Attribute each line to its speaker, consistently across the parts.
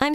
Speaker 1: I'm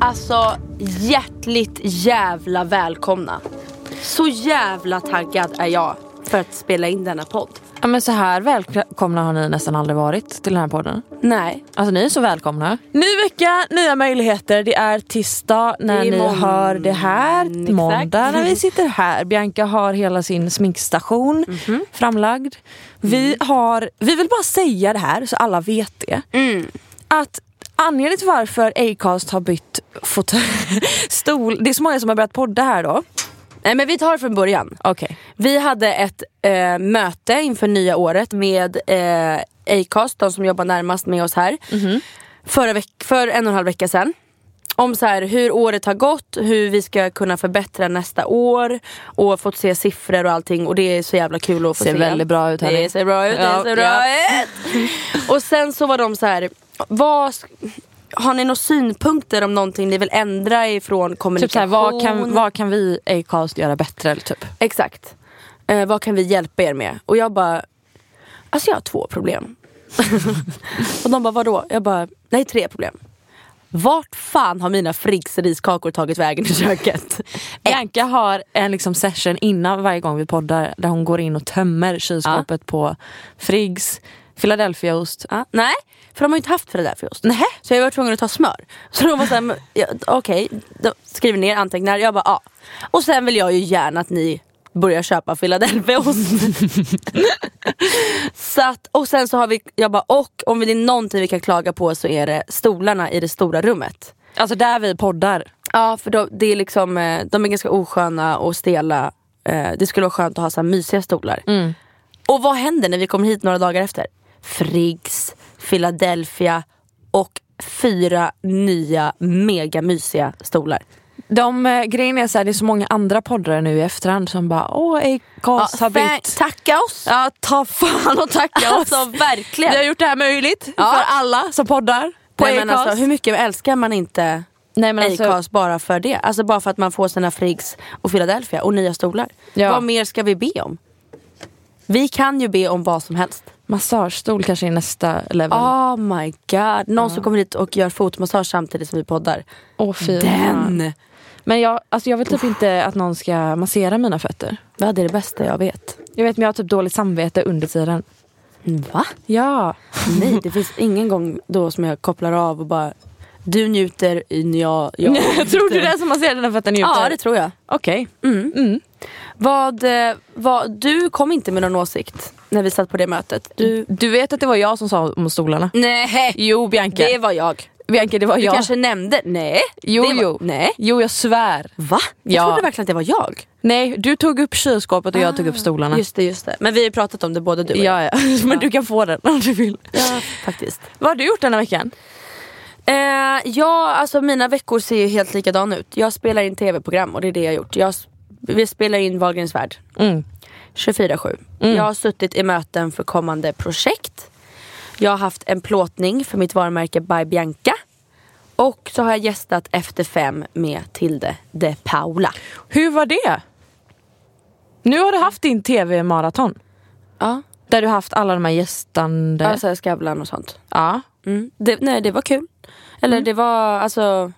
Speaker 2: Alltså hjärtligt jävla välkomna. Så jävla taggad är jag för att spela in denna podd.
Speaker 3: Ja, men så här välkomna har ni nästan aldrig varit till den här podden.
Speaker 2: Nej.
Speaker 3: Alltså ni är så välkomna. Ny vecka, nya möjligheter. Det är tisdag när
Speaker 2: Det är
Speaker 3: ni
Speaker 2: mån-
Speaker 3: hör det här.
Speaker 2: Mm, exakt.
Speaker 3: Måndag när vi sitter här. Bianca har hela sin sminkstation
Speaker 2: Mhm.
Speaker 3: framlagd. Vi,
Speaker 2: Mm.
Speaker 3: har, vi vill bara säga det här så alla vet det.
Speaker 2: Mm.
Speaker 3: Att anledningen till varför Acast har bytt fot- stol. Det är så många som har börjat podda här då.
Speaker 2: Nej men vi tar det från början.
Speaker 3: Okej.
Speaker 2: Vi hade ett eh, möte inför nya året med eh, Acast, de som jobbar närmast med oss här.
Speaker 3: Mhm.
Speaker 2: Förra veck- för en och en halv vecka sedan. Om så här, hur året har gått, hur vi ska kunna förbättra nästa år och fått se siffror och allting och det är så jävla kul att få
Speaker 3: Ser
Speaker 2: se.
Speaker 3: väldigt bra ut, hörni.
Speaker 2: Det ser bra ut,
Speaker 3: Ja,
Speaker 2: det ser bra ut. Och sen så var de så här, vad, sk- har ni några synpunkter om någonting ni vill ändra ifrån kommunikation?
Speaker 3: Typ såhär, vad kan, vad kan vi Acast göra bättre? eller Typ?
Speaker 2: Exakt. Eh, vad kan vi hjälpa er med? Och jag bara, alltså jag har två problem. och de bara, vadå? Jag bara, nej tre problem. Vart fan har mina Friggs riskakor tagit vägen i köket?
Speaker 3: Bianca har en liksom session innan varje gång vi poddar där hon går in och tömmer kylskåpet på Friggs, Philadelphiaost.
Speaker 2: Ja, nej, för de har ju inte haft Philadelphiaost. Nej. Så jag var tvungen att ta smör. Så de var såhär, men, ja, okej, de skriver ner anteckningar. Jag bara ja. Och sen vill jag ju gärna att ni börjar köpa Philadelphiaost. så att, och sen så har vi, jag bara och om det är någonting vi kan klaga på så är det stolarna i det stora rummet.
Speaker 3: Alltså där vi poddar.
Speaker 2: Ja för de, det är liksom, eh, de är ganska osköna och stela. Eh, Det skulle vara skönt att ha så här mysiga stolar.
Speaker 3: Mm.
Speaker 2: Och vad händer när vi kommer hit några dagar efter? Friggs, Philadelphia och fyra nya mega mysiga stolar.
Speaker 3: De, eh, grejen är så här, det är så många andra poddare nu i efterhand som bara åh Acast har
Speaker 2: fan-
Speaker 3: bytt.
Speaker 2: tacka oss!
Speaker 3: Ja ta fan och tacka oss.
Speaker 2: Alltså verkligen!
Speaker 3: Vi har gjort det här möjligt
Speaker 2: Ja.
Speaker 3: för alla som poddar på
Speaker 2: Nej, men
Speaker 3: Acast.
Speaker 2: alltså, hur mycket älskar man inte
Speaker 3: Nej, men alltså-
Speaker 2: Acast bara för det? Alltså bara för att man får sina Friggs och Philadelphia och nya stolar.
Speaker 3: Ja.
Speaker 2: Vad mer ska vi be om? Vi kan ju be om vad som helst.
Speaker 3: Massagestol kanske är nästa level.
Speaker 2: Oh my god. Någon som kommer hit och gör fotmassage samtidigt som vi poddar.
Speaker 3: Åh, fy fan.
Speaker 2: Den!
Speaker 3: Men jag, alltså jag vill typ inte att någon ska massera mina fötter.
Speaker 2: Ja, det är det bästa jag vet.
Speaker 3: Jag vet men jag har typ dåligt samvete under tiden.
Speaker 2: Va?
Speaker 3: Ja.
Speaker 2: Nej, det finns ingen gång då som jag kopplar av och bara du njuter, jag, jag
Speaker 3: Tror du det är som masserar dina fötter njuter?
Speaker 2: Ja, det tror jag.
Speaker 3: Okej.
Speaker 2: Mm. Vad, eh, vad, du kom inte med någon åsikt när vi satt på det mötet. Du,
Speaker 3: Du vet att det var jag som sa om stolarna?
Speaker 2: nej,
Speaker 3: Jo Bianca.
Speaker 2: det var jag.
Speaker 3: Bianca det var
Speaker 2: Mm. Du
Speaker 3: jag.
Speaker 2: kanske nämnde, nej.
Speaker 3: Jo,
Speaker 2: det var,
Speaker 3: jo.
Speaker 2: Nej.
Speaker 3: Jo jag svär.
Speaker 2: Va? Jag
Speaker 3: Ja.
Speaker 2: trodde verkligen att det var jag.
Speaker 3: Nej du tog upp kylskåpet och jag tog upp stolarna.
Speaker 2: Ah, Just det, just det. Men vi har ju pratat om det både du och
Speaker 3: Ja, ja. men du kan få den om du vill.
Speaker 2: jag. Faktiskt.
Speaker 3: Vad har du gjort denna veckan?
Speaker 2: Eh, ja, alltså mina veckor ser ju helt likadana ut. Jag spelar in tv-program och det är det jag har gjort. Jag, s- vi spelar in Wahlgrens värld. 24-7. Jag har suttit i möten för kommande projekt. Jag har haft en plåtning för mitt varumärke By Bianca. Och så har jag gästat Efter fem med Tilde de Paula.
Speaker 3: Hur var det? Nu har du haft din tv-maraton.
Speaker 2: Ja.
Speaker 3: Där du haft alla de här gästande...
Speaker 2: Alltså Skavlan och sånt.
Speaker 3: ja.
Speaker 2: Mm. Det, nej det var kul. Eller det var alltså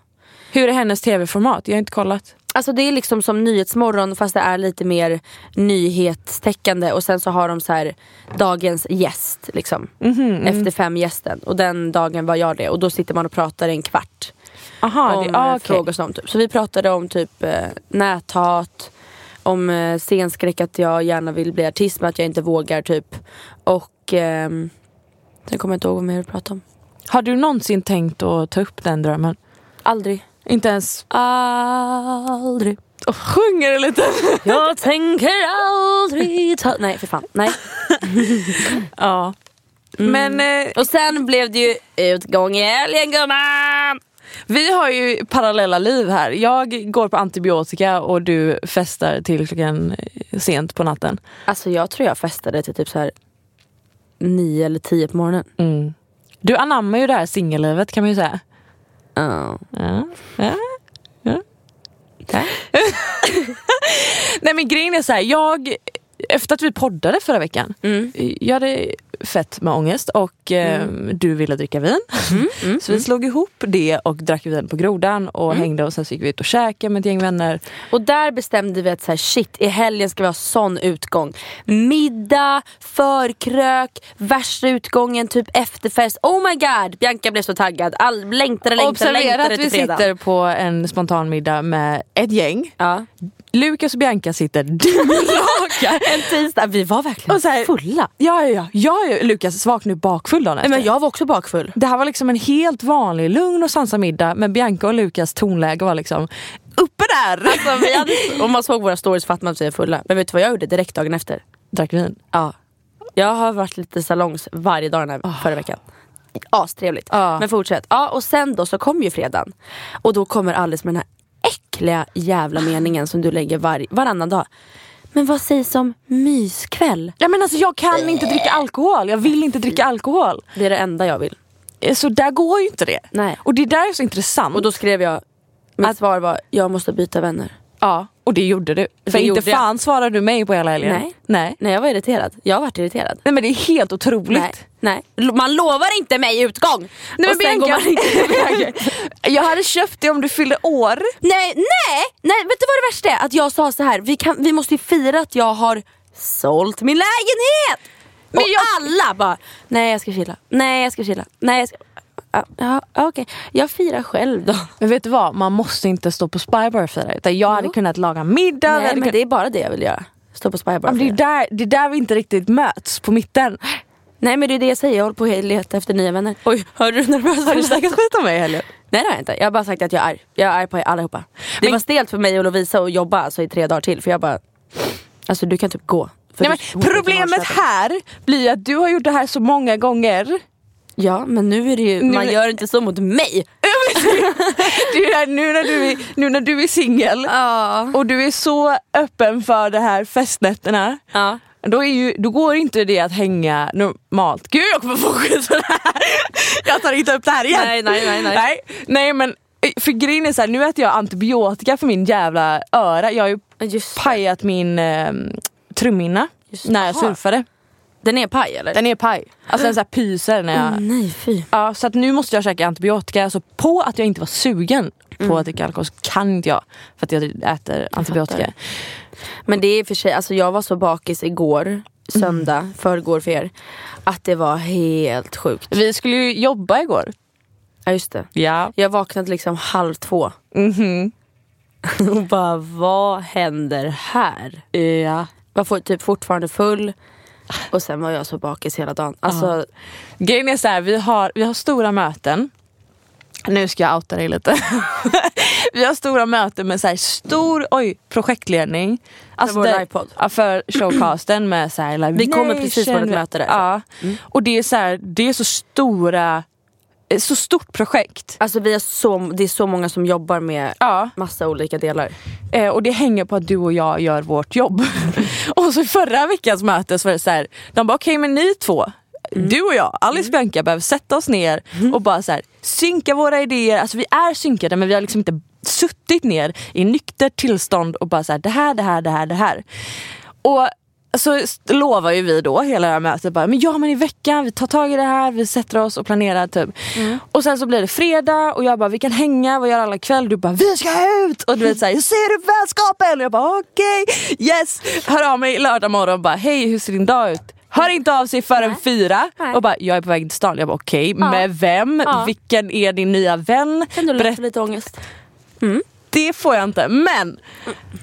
Speaker 3: Hur är hennes tv-format? Jag har inte kollat.
Speaker 2: Alltså det är liksom som Nyhetsmorgon fast det är lite mer nyhetstäckande och sen så har de så här dagens gäst liksom.
Speaker 3: Mhm,
Speaker 2: Efter fem gästen och den dagen var jag det och då sitter man och pratar en kvart
Speaker 3: Aha,
Speaker 2: om
Speaker 3: det, ah,
Speaker 2: eh,
Speaker 3: okej.
Speaker 2: frågor som typ. Så vi pratade om typ eh, näthat, om eh, scenskräck att jag gärna vill bli artist men att jag inte vågar typ. Och ehm, sen kommer jag inte ihåg vad mer vi pratade om.
Speaker 3: Har du någonsin tänkt att ta upp den drömmen?
Speaker 2: Aldrig.
Speaker 3: Inte ens...
Speaker 2: Aldrig.
Speaker 3: Oh, sjunger det lite?
Speaker 2: Jag tänker aldrig ta... Nej för fan, nej. Mm.
Speaker 3: ja. Men eh,
Speaker 2: Och sen blev det ju utgång i helgen gumman!
Speaker 3: vi har ju parallella liv här. Jag går på antibiotika och du festar till klockan eh, sent på natten.
Speaker 2: Alltså jag tror jag festade till typ så här nio eller tio på morgonen.
Speaker 3: Du anammar ju det här singellivet kan man ju säga. Ja. Ja. Ja. Nej men grejen är så här, jag, efter att vi poddade förra veckan, eh, jag hade fett med ångest och eh, du ville dricka vin. så vi slog ihop det och drack vin på grodan och hängde och sen så gick vi ut och käkade med ett gäng vänner.
Speaker 2: Och där bestämde vi att så här, shit, i helgen ska vi ha sån utgång. Middag, förkrök, värsta utgången, typ efterfest. Oh my god! Bianca blev så taggad. All, längtade, längtade,
Speaker 3: Observera
Speaker 2: längtade
Speaker 3: att
Speaker 2: till
Speaker 3: vi
Speaker 2: fredag.
Speaker 3: sitter på en spontan middag med ett gäng.
Speaker 2: Ja.
Speaker 3: Lukas och Bianca sitter dyngraka.
Speaker 2: En tisdag, vi var verkligen
Speaker 3: Och så här-
Speaker 2: fulla.
Speaker 3: Ja, ja, ja. Jag är Lukas svagt nu bakfull dagen efter.
Speaker 2: Men jag var också bakfull.
Speaker 3: Det här var liksom en helt vanlig lugn och sansad middag men Bianca och Lukas tonläge var liksom uppe där.
Speaker 2: Alltså, vi hade, om man såg våra stories fattade man att vi är fulla. Men vet du vad jag gjorde direkt dagen efter?
Speaker 3: Drack vin.
Speaker 2: Ja. Jag har varit lite salongs varje dag den här förra veckan. Astrevligt.
Speaker 3: Ja.
Speaker 2: Men fortsätt. Ja, och sen då så kom ju fredagen. Och då kommer Alice med den här äckliga jävla meningen som du lägger var, varannan dag. Men vad sägs om myskväll?
Speaker 3: Ja, men alltså, jag kan inte dricka alkohol, jag vill inte dricka alkohol.
Speaker 2: Det är det enda jag vill.
Speaker 3: Eh, Så där går ju inte det.
Speaker 2: Nej.
Speaker 3: Och det där är så intressant.
Speaker 2: Och då skrev jag, mitt svar var jag måste byta vänner.
Speaker 3: ja, och det gjorde du. För inte
Speaker 2: gjorde jag.
Speaker 3: fan svarade du mig på hela helgen.
Speaker 2: Nej.
Speaker 3: Nej.
Speaker 2: Nej jag var irriterad. Jag varit irriterad.
Speaker 3: Nej men det är helt otroligt.
Speaker 2: Nej, nej. Lo- Man lovar inte mig utgång!
Speaker 3: Nej,
Speaker 2: och
Speaker 3: men
Speaker 2: sen går man inte iväg.
Speaker 3: jag hade köpt det om du fyllde år.
Speaker 2: Nej, nej, nej, vet du vad det värsta är? Att jag sa så här, vi, kan, vi måste ju fira att jag har sålt min lägenhet!
Speaker 3: Men
Speaker 2: och
Speaker 3: jag-
Speaker 2: alla bara, nej jag ska chilla, nej jag ska chilla, nej jag ska... Ja, Ja, okej. Jag firar själv då.
Speaker 3: Men vet du vad, man måste inte stå på Spy Bar och fira. Utan jag hade kunnat laga middag. vi hade
Speaker 2: nej, men
Speaker 3: kunnat-
Speaker 2: det är bara det jag vill göra. Stå på Spy
Speaker 3: Ja,
Speaker 2: bara
Speaker 3: men det, är
Speaker 2: fira.
Speaker 3: där, det är där vi inte riktigt möts, på mitten.
Speaker 2: Nej men det är det jag säger, jag håller på att leta efter nya vänner. Oj, hörde du nervös?
Speaker 3: Har du snackat skit om mig i helgen?
Speaker 2: Nej det har jag inte. Jag har bara sagt att jag är arg. Jag är arg på er allihopa. Det var stelt för mig och Lovisa att jobba alltså, i tre dagar till för jag bara... Alltså du kan typ gå. För
Speaker 3: Nej,
Speaker 2: du-
Speaker 3: men
Speaker 2: hon är från
Speaker 3: problemet
Speaker 2: Norrköping.
Speaker 3: här blir ju att du har gjort det här så många gånger.
Speaker 2: Ja men nu är det ju, man gör inte så mot mig.
Speaker 3: Det är ju här nu när du är, nu när du är singel
Speaker 2: Ja.
Speaker 3: och du är så öppen för det här festnätterna.
Speaker 2: Ja.
Speaker 3: Då, är ju, då går inte det att hänga normalt. Gud jag kommer få skit för det här! Jag tar inte upp det här igen.
Speaker 2: Nej, nej, nej, nej.
Speaker 3: nej. nej men eh, för grejen är så här, nu äter jag antibiotika för min jävla öra. Jag har ju
Speaker 2: Just
Speaker 3: pajat min eh, trumhinna
Speaker 2: Just-
Speaker 3: när jag
Speaker 2: aha.
Speaker 3: surfade.
Speaker 2: alltså, Den är paj eller?
Speaker 3: Den är paj. Alltså den så här pyser när jag...
Speaker 2: Nej fy.
Speaker 3: Ja, så att nu måste jag käka antibiotika. Alltså på att jag inte var sugen
Speaker 2: Mm.
Speaker 3: på att dricka alkohol så kan inte jag. För att jag äter antibiotika.
Speaker 2: Men det är i och för sig, alltså jag var så bakis igår, söndag, förrgår för er. Att det var helt sjukt.
Speaker 3: Vi skulle ju jobba igår.
Speaker 2: Ja just det.
Speaker 3: Ja.
Speaker 2: Jag vaknade liksom halv två. Mm-hmm. Och bara vad händer här? Eh,
Speaker 3: ja.
Speaker 2: Var for, typ fortfarande full. Och sen var jag så bakis hela dagen. Alltså,
Speaker 3: Grejen är så här, vi har, vi har stora möten. Nu ska jag outa dig lite. vi har stora möten med så här stor oj, projektledning. Alltså
Speaker 2: vår
Speaker 3: det-
Speaker 2: livepodd.
Speaker 3: Ja, för showcasten med så här Live
Speaker 2: Vi kommer
Speaker 3: Nation.
Speaker 2: precis från ett möte där. Mm.
Speaker 3: Ja. Och det är så här, det är så stora, ett så stort projekt.
Speaker 2: alltså vi är så, det är så många som jobbar med
Speaker 3: Ja.
Speaker 2: massa olika delar.
Speaker 3: Eh, och det hänger på att du och jag gör vårt jobb. och så i förra veckans möte så var det så här, de bara okej men ni två, du och jag, Alice Bianca behöver sätta oss ner och bara så här, synka våra idéer. Alltså vi är synkade men vi har liksom inte suttit ner i nykter tillstånd och bara så här, det här, det här, det här, det här. Och så s- lovar ju vi då hela det här mötet bara, men ja men i veckan vi tar tag i det här, vi sätter oss och planerar typ.
Speaker 2: Mm.
Speaker 3: Och sen så blir det fredag och jag bara vi kan hänga, vad gör alla ikväll? Du bara vi ska ut! Och du vet såhär, jag ser upp vänskapen! Och jag bara okej, yes! Hör av mig lördag morgon och bara hej hur ser din dag ut? Hör inte av sig förrän fyra
Speaker 2: Nej.
Speaker 3: och bara jag är på väg till stan. Jag bara okej, med vem?
Speaker 2: Ja.
Speaker 3: Vilken är din nya vän?
Speaker 2: Kan du
Speaker 3: Berätta
Speaker 2: låta lite ångest?
Speaker 3: det får jag inte. Men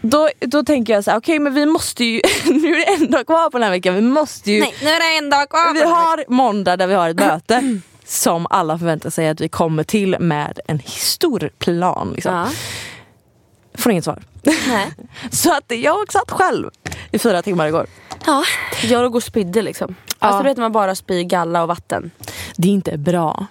Speaker 3: då, då tänker jag så här, okej men vi måste ju, nu är det en dag kvar på den här veckan, vi måste ju,
Speaker 2: Nej, nu är det en dag kvar.
Speaker 3: vi har måndag där vi har ett möte som alla förväntar sig att vi kommer till med en stor plan. Liksom.
Speaker 2: Ja.
Speaker 3: Får inget svar.
Speaker 2: Nej.
Speaker 3: Så att jag satt själv i fyra timmar igår.
Speaker 2: Ja. Jag låg och spydde liksom. Alltså du vet när man bara spyr galla och vatten.
Speaker 3: Det är inte bra.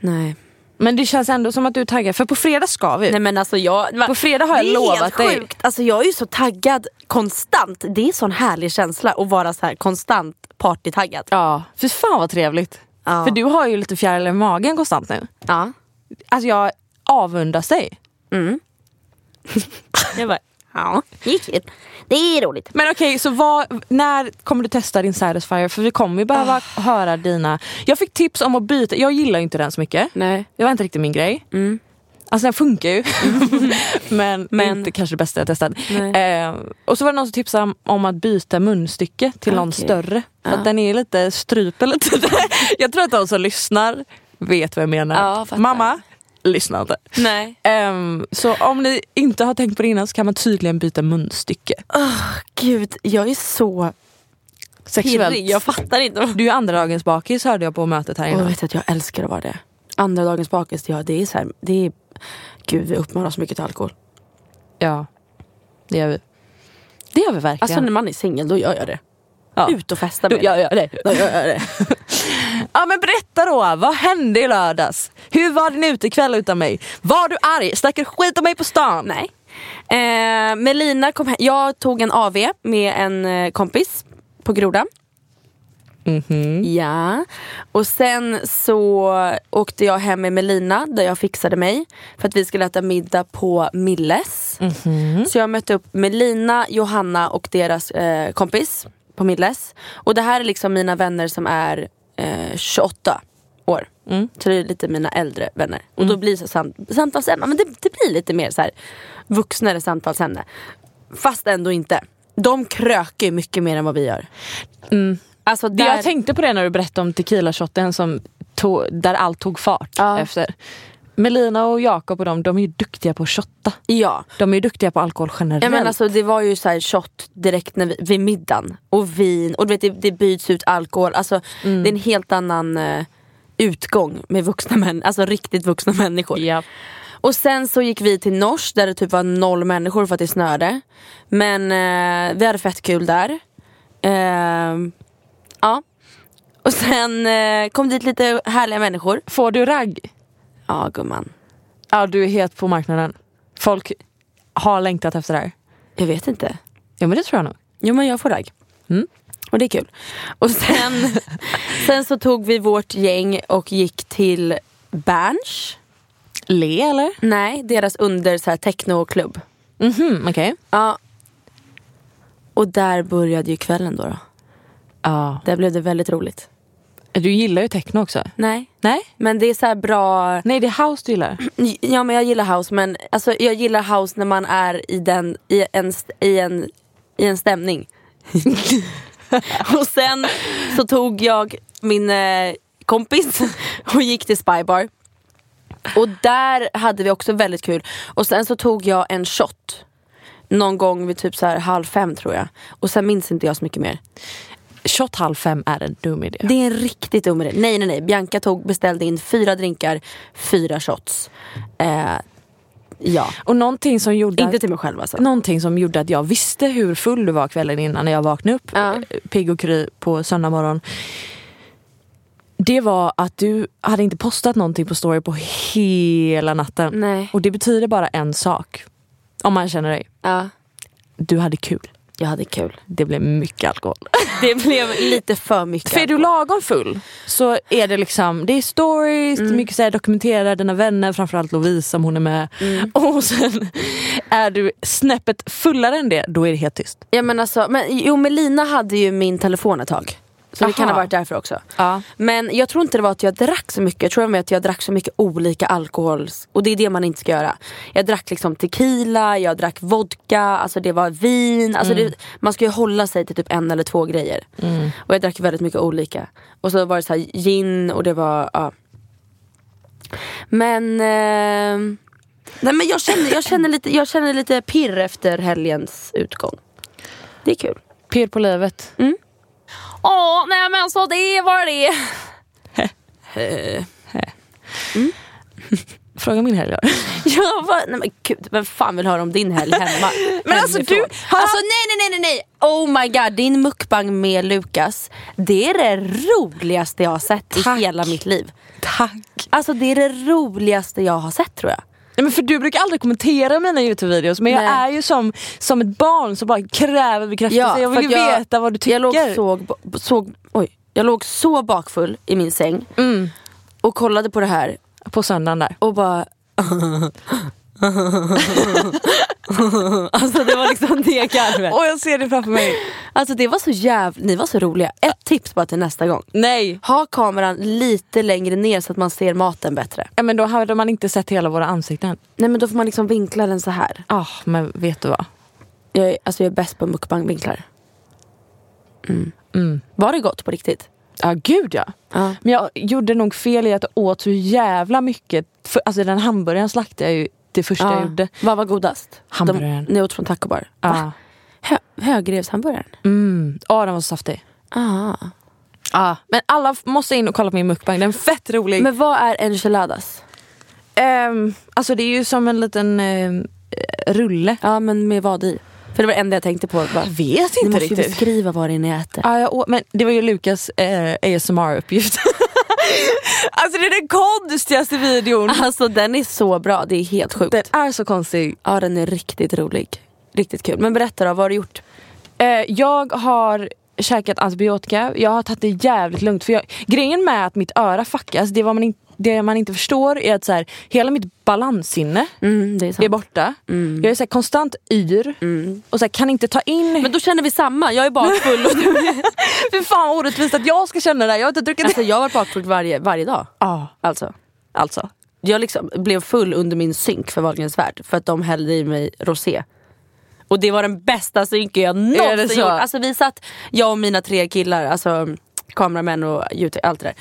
Speaker 2: Nej.
Speaker 3: Men det känns ändå som att du är taggad, för på fredag ska vi.
Speaker 2: Nej men alltså jag...
Speaker 3: På fredag har jag
Speaker 2: Det är
Speaker 3: lovat
Speaker 2: helt
Speaker 3: dig.
Speaker 2: sjukt. Alltså jag är ju så taggad konstant. Det är sån härlig känsla att vara så här konstant partytaggad.
Speaker 3: Ja, fy fan vad trevligt.
Speaker 2: Ja.
Speaker 3: För du har ju lite fjärilar i magen konstant nu.
Speaker 2: Ja.
Speaker 3: Alltså jag avundas dig.
Speaker 2: Jag bara, ja, det är kul. Det är roligt.
Speaker 3: Men okej, så vad, när kommer du testa din Satisfyer? För vi kommer ju behöva
Speaker 2: Ah.
Speaker 3: höra dina... Jag fick tips om att byta, jag gillar ju inte den så mycket.
Speaker 2: Nej. Mm.
Speaker 3: Det var inte riktigt min grej. Alltså den funkar ju. Men,
Speaker 2: Men-
Speaker 3: inte kanske det bästa jag testat.
Speaker 2: Nej.
Speaker 3: Eh, och så var det någon som tipsade om, om att byta munstycke till någon
Speaker 2: Okej. Ah.
Speaker 3: större. För att den är lite strupe lite. jag tror att de som lyssnar vet vad jag menar.
Speaker 2: Ja, jag fattar.
Speaker 3: Mamma, lyssna inte.
Speaker 2: Nej.
Speaker 3: Ehm, så om ni inte har tänkt på det innan så kan man tydligen byta munstycke.
Speaker 2: Gud, jag är så pirrig. Jag fattar inte. vad-
Speaker 3: Du är ju andra dagens bakis hörde jag på mötet här
Speaker 2: Och jag
Speaker 3: innan.
Speaker 2: vet att jag älskar att vara det. Andra dagens bakis, ja det är så här, det är... Gud vi uppmanar så mycket till alkohol.
Speaker 3: Ja, det gör vi. Det gör vi
Speaker 2: Alltså
Speaker 3: verkligen.
Speaker 2: när man är singel då gör jag det.
Speaker 3: Ja.
Speaker 2: Ut och festa
Speaker 3: Du,
Speaker 2: med
Speaker 3: jag gör det.
Speaker 2: det.
Speaker 3: Ja men berätta då, vad hände i lördags? Hur var din utekväll utan mig? Var du arg? Snackade du skit om mig på stan?
Speaker 2: Nej. Eh, Melina kom hem. Jag tog en AV med en eh, kompis på Groda.
Speaker 3: Mm.
Speaker 2: Ja. Och sen så åkte jag hem med Melina där jag fixade mig. För att vi skulle äta middag på Milles.
Speaker 3: Mhm.
Speaker 2: Så jag mötte upp Melina, Johanna och deras eh, kompis på Milles. Och det här är liksom mina vänner som är eh, 28 år.
Speaker 3: Mm.
Speaker 2: Så det är lite mina äldre vänner. Och då blir det så sam- samtalsämne, men det, det blir lite mer så här vuxnare samtalsämne. Fast ändå inte. De kröker ju mycket mer än vad vi gör. Alltså
Speaker 3: Mm. Det-
Speaker 2: där,
Speaker 3: Jag tänkte på det när du berättade om tequila-shotten som tog, där allt tog fart
Speaker 2: Ja.
Speaker 3: efter. Melina och Jakob och de, de är ju duktiga på att shotta.
Speaker 2: ja.
Speaker 3: De är ju duktiga på alkohol generellt.
Speaker 2: Ja, men alltså, det var ju så här shot direkt när vi, vid middagen. Och vin. Och du vet, det, det byts ut alkohol. Alltså, Det är en helt annan eh, utgång med vuxna män, alltså riktigt vuxna människor.
Speaker 3: Ja.
Speaker 2: Och sen så gick vi till Nors där det typ var noll människor för att det snöade. Men eh, vi hade fett kul där. Ehm, ja. Och sen eh, kom dit lite härliga människor.
Speaker 3: Får du ragg?
Speaker 2: Ja gumman,
Speaker 3: Ja, du är het på marknaden. Folk har längtat efter det här.
Speaker 2: jag vet inte.
Speaker 3: Ja men det tror jag nog.
Speaker 2: Jo men jag får ragg.
Speaker 3: Mm.
Speaker 2: Och det är kul. Och sen, sen så tog vi vårt gäng och gick till Berns.
Speaker 3: Le eller?
Speaker 2: Nej, deras under så här, technoklubb.
Speaker 3: Mhm, okej.
Speaker 2: Ja. Och där började ju kvällen då. då.
Speaker 3: Ja.
Speaker 2: Där blev det väldigt roligt.
Speaker 3: Du gillar ju techno också.
Speaker 2: Nej.
Speaker 3: Nej?
Speaker 2: Men det är så här bra,
Speaker 3: Nej det är house du gillar.
Speaker 2: ja men jag gillar house men alltså, jag gillar house när man är i, den, i, en, st- i, en, i en stämning. och sen så tog jag min eh, kompis och gick till Spybar. Och där hade vi också väldigt kul. Och sen så tog jag en shot. Någon gång vid typ så här halv fem tror jag. Och sen minns inte jag så mycket mer.
Speaker 3: Shot halv fem är en dum idé.
Speaker 2: Det är en riktigt dum idé. Nej nej nej. Bianca tog, beställde in fyra drinkar, fyra shots. Eh, ja.
Speaker 3: Och någonting som gjorde
Speaker 2: Inte
Speaker 3: att,
Speaker 2: till mig själv alltså.
Speaker 3: Någonting som gjorde att jag visste hur full du var kvällen innan när jag vaknade upp
Speaker 2: Ja.
Speaker 3: eh, pigg och kry på söndag morgon. Det var att du hade inte postat någonting på story på hela natten.
Speaker 2: Nej.
Speaker 3: Och det betyder bara en sak. Om man känner dig.
Speaker 2: Ja.
Speaker 3: Du hade kul.
Speaker 2: Jag hade kul.
Speaker 3: Det blev mycket alkohol.
Speaker 2: Det blev lite för mycket.
Speaker 3: För är du lagom full så är det liksom, det är stories,
Speaker 2: Mm.
Speaker 3: det är mycket så här, dokumentera dina vänner, framförallt Lovisa om hon är med.
Speaker 2: Mm.
Speaker 3: Och sen är du snäppet fullare än det, då är det helt tyst.
Speaker 2: Ja, men alltså, men, jo men Lina hade ju min telefon ett tag. Så det kan ha
Speaker 3: Aha.
Speaker 2: varit därför också.
Speaker 3: Ja.
Speaker 2: Men jag tror inte det var att jag drack så mycket. Jag tror det var att jag drack så mycket olika alkohol. Och det är det man inte ska göra. Jag drack liksom tequila, jag drack vodka, alltså det var vin. Alltså det, man ska ju hålla sig till typ en eller två grejer. Och jag drack väldigt mycket olika. Och så var det så här gin och det var... Ja. Men... Eh, nej men jag känner, jag, känner lite, jag känner lite pirr efter helgens utgång. Det är kul.
Speaker 3: Pirr på livet.
Speaker 2: Mm. Åh, nej men så det var det. Mm.
Speaker 3: Fråga min helg. då.
Speaker 2: Ja, vad, nej men gud, vem fan vill höra om din helg hemma?
Speaker 3: Men alltså,
Speaker 2: Hemifrån.
Speaker 3: du har-
Speaker 2: Alltså nej, nej, nej, nej, nej. Oh my god, din mukbang med Lukas. Det är det roligaste jag har sett
Speaker 3: Tack.
Speaker 2: i hela mitt liv.
Speaker 3: Tack.
Speaker 2: Alltså det är det roligaste jag har sett tror jag.
Speaker 3: Nej, men för du brukar aldrig kommentera mina Youtube-videos men jag
Speaker 2: Nej.
Speaker 3: är ju som, som ett barn som bara kräver bekräftelse. jag
Speaker 2: för
Speaker 3: vill ju
Speaker 2: att jag-
Speaker 3: veta vad du tycker.
Speaker 2: Jag låg, såg, såg, oj, jag låg så bakfull i min säng
Speaker 3: mm,
Speaker 2: och kollade på det här
Speaker 3: på söndagen där.
Speaker 2: och bara... alltså det var liksom det garvet.
Speaker 3: Och jag ser det framför mig.
Speaker 2: Alltså det var så jävla, ni var så roliga. Ett tips bara till nästa gång.
Speaker 3: Nej.
Speaker 2: Ha kameran lite längre ner så att man ser maten bättre.
Speaker 3: Ja, men då hade man inte sett hela våra ansikten.
Speaker 2: Nej men då får man liksom vinkla den så här.
Speaker 3: Ah, men vet du vad?
Speaker 2: Jag är, alltså jag är bäst på mukbang-vinklar. Mm. Var det gott på riktigt?
Speaker 3: Ja gud ja.
Speaker 2: Ja.
Speaker 3: Men jag gjorde nog fel i att jag åt så jävla mycket. För, alltså den hamburgaren slaktade jag ju det första jag gjorde.
Speaker 2: Vad var godast?
Speaker 3: Hamburgaren.
Speaker 2: De, ni åt från taco bar?
Speaker 3: Ja,
Speaker 2: Ah. Va? Hö, högrevshamburgaren?
Speaker 3: mm. ah, den var så saftig.
Speaker 2: Ah.
Speaker 3: Ah. Men alla f- måste in och kolla på min mukbang, den är fett rolig.
Speaker 2: Men vad är enchiladas?
Speaker 3: Ehm, alltså det är ju som en liten ehm, eh, rulle.
Speaker 2: Ja men med vad i? För det var det enda jag tänkte på. Bara,
Speaker 3: vet
Speaker 2: ni måste ju beskriva vad det är ni äter.
Speaker 3: Ja, jag åt, men det var ju Lukas eh, ASMR-uppgift. alltså det är den konstigaste videon.
Speaker 2: Alltså den är så bra, det är helt sjukt.
Speaker 3: Den är så konstig.
Speaker 2: Ja den är riktigt rolig. Riktigt kul. Men berätta då, vad har du gjort?
Speaker 3: Eh, jag har käkat antibiotika, jag har tagit det jävligt lugnt. För jag, grejen med att mitt öra fuckas, det, var man in, det man inte förstår är att så här, hela mitt balanssinne
Speaker 2: Mm, det är sant.
Speaker 3: är borta.
Speaker 2: Mm.
Speaker 3: Jag är så här, konstant yr och så här, kan inte ta in...
Speaker 2: Men då känner vi samma, jag är bakfull och du
Speaker 3: Fy fan vad orättvist att jag ska känna det här, jag har inte druckit
Speaker 2: Alltså
Speaker 3: det.
Speaker 2: jag har varit bakfull varje, varje dag.
Speaker 3: Ja,
Speaker 2: Alltså.
Speaker 3: alltså.
Speaker 2: Jag liksom blev full under min synk för Wahlgrens värld för att de hällde i mig rosé. Och det var den bästa synken jag
Speaker 3: Är det
Speaker 2: någonsin
Speaker 3: så?
Speaker 2: gjort. Alltså vi satt, jag och mina tre killar, alltså kameramän och YouTube, allt det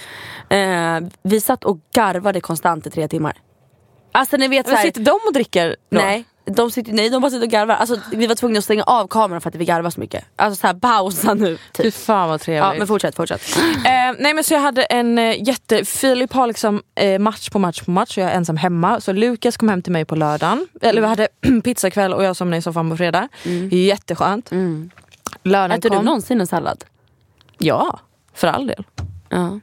Speaker 2: där. Eh, vi satt och garvade konstant i tre timmar. Alltså ni vet
Speaker 3: Men
Speaker 2: såhär,
Speaker 3: sitter de och dricker då?
Speaker 2: Nej, de sitter, nej de bara sitter och garvar. Alltså, vi var tvungna att stänga av kameran för att vi garvade så mycket. Alltså så här, pausa nu.
Speaker 3: Fy
Speaker 2: Typ.
Speaker 3: fan vad trevligt.
Speaker 2: Ja, men fortsätt, fortsätt.
Speaker 3: Eh, nej men så jag hade en eh, jätte... Filip har liksom eh, match på match på match och jag är ensam hemma. Så Lukas kom hem till mig på lördagen. Eller
Speaker 2: Mm.
Speaker 3: vi hade pizzakväll och jag somnade i soffan på fredag. Jätteskönt. Lördagen
Speaker 2: Mm. Äter
Speaker 3: kom.
Speaker 2: du någonsin en sallad?
Speaker 3: Ja, för all del.
Speaker 2: Ja.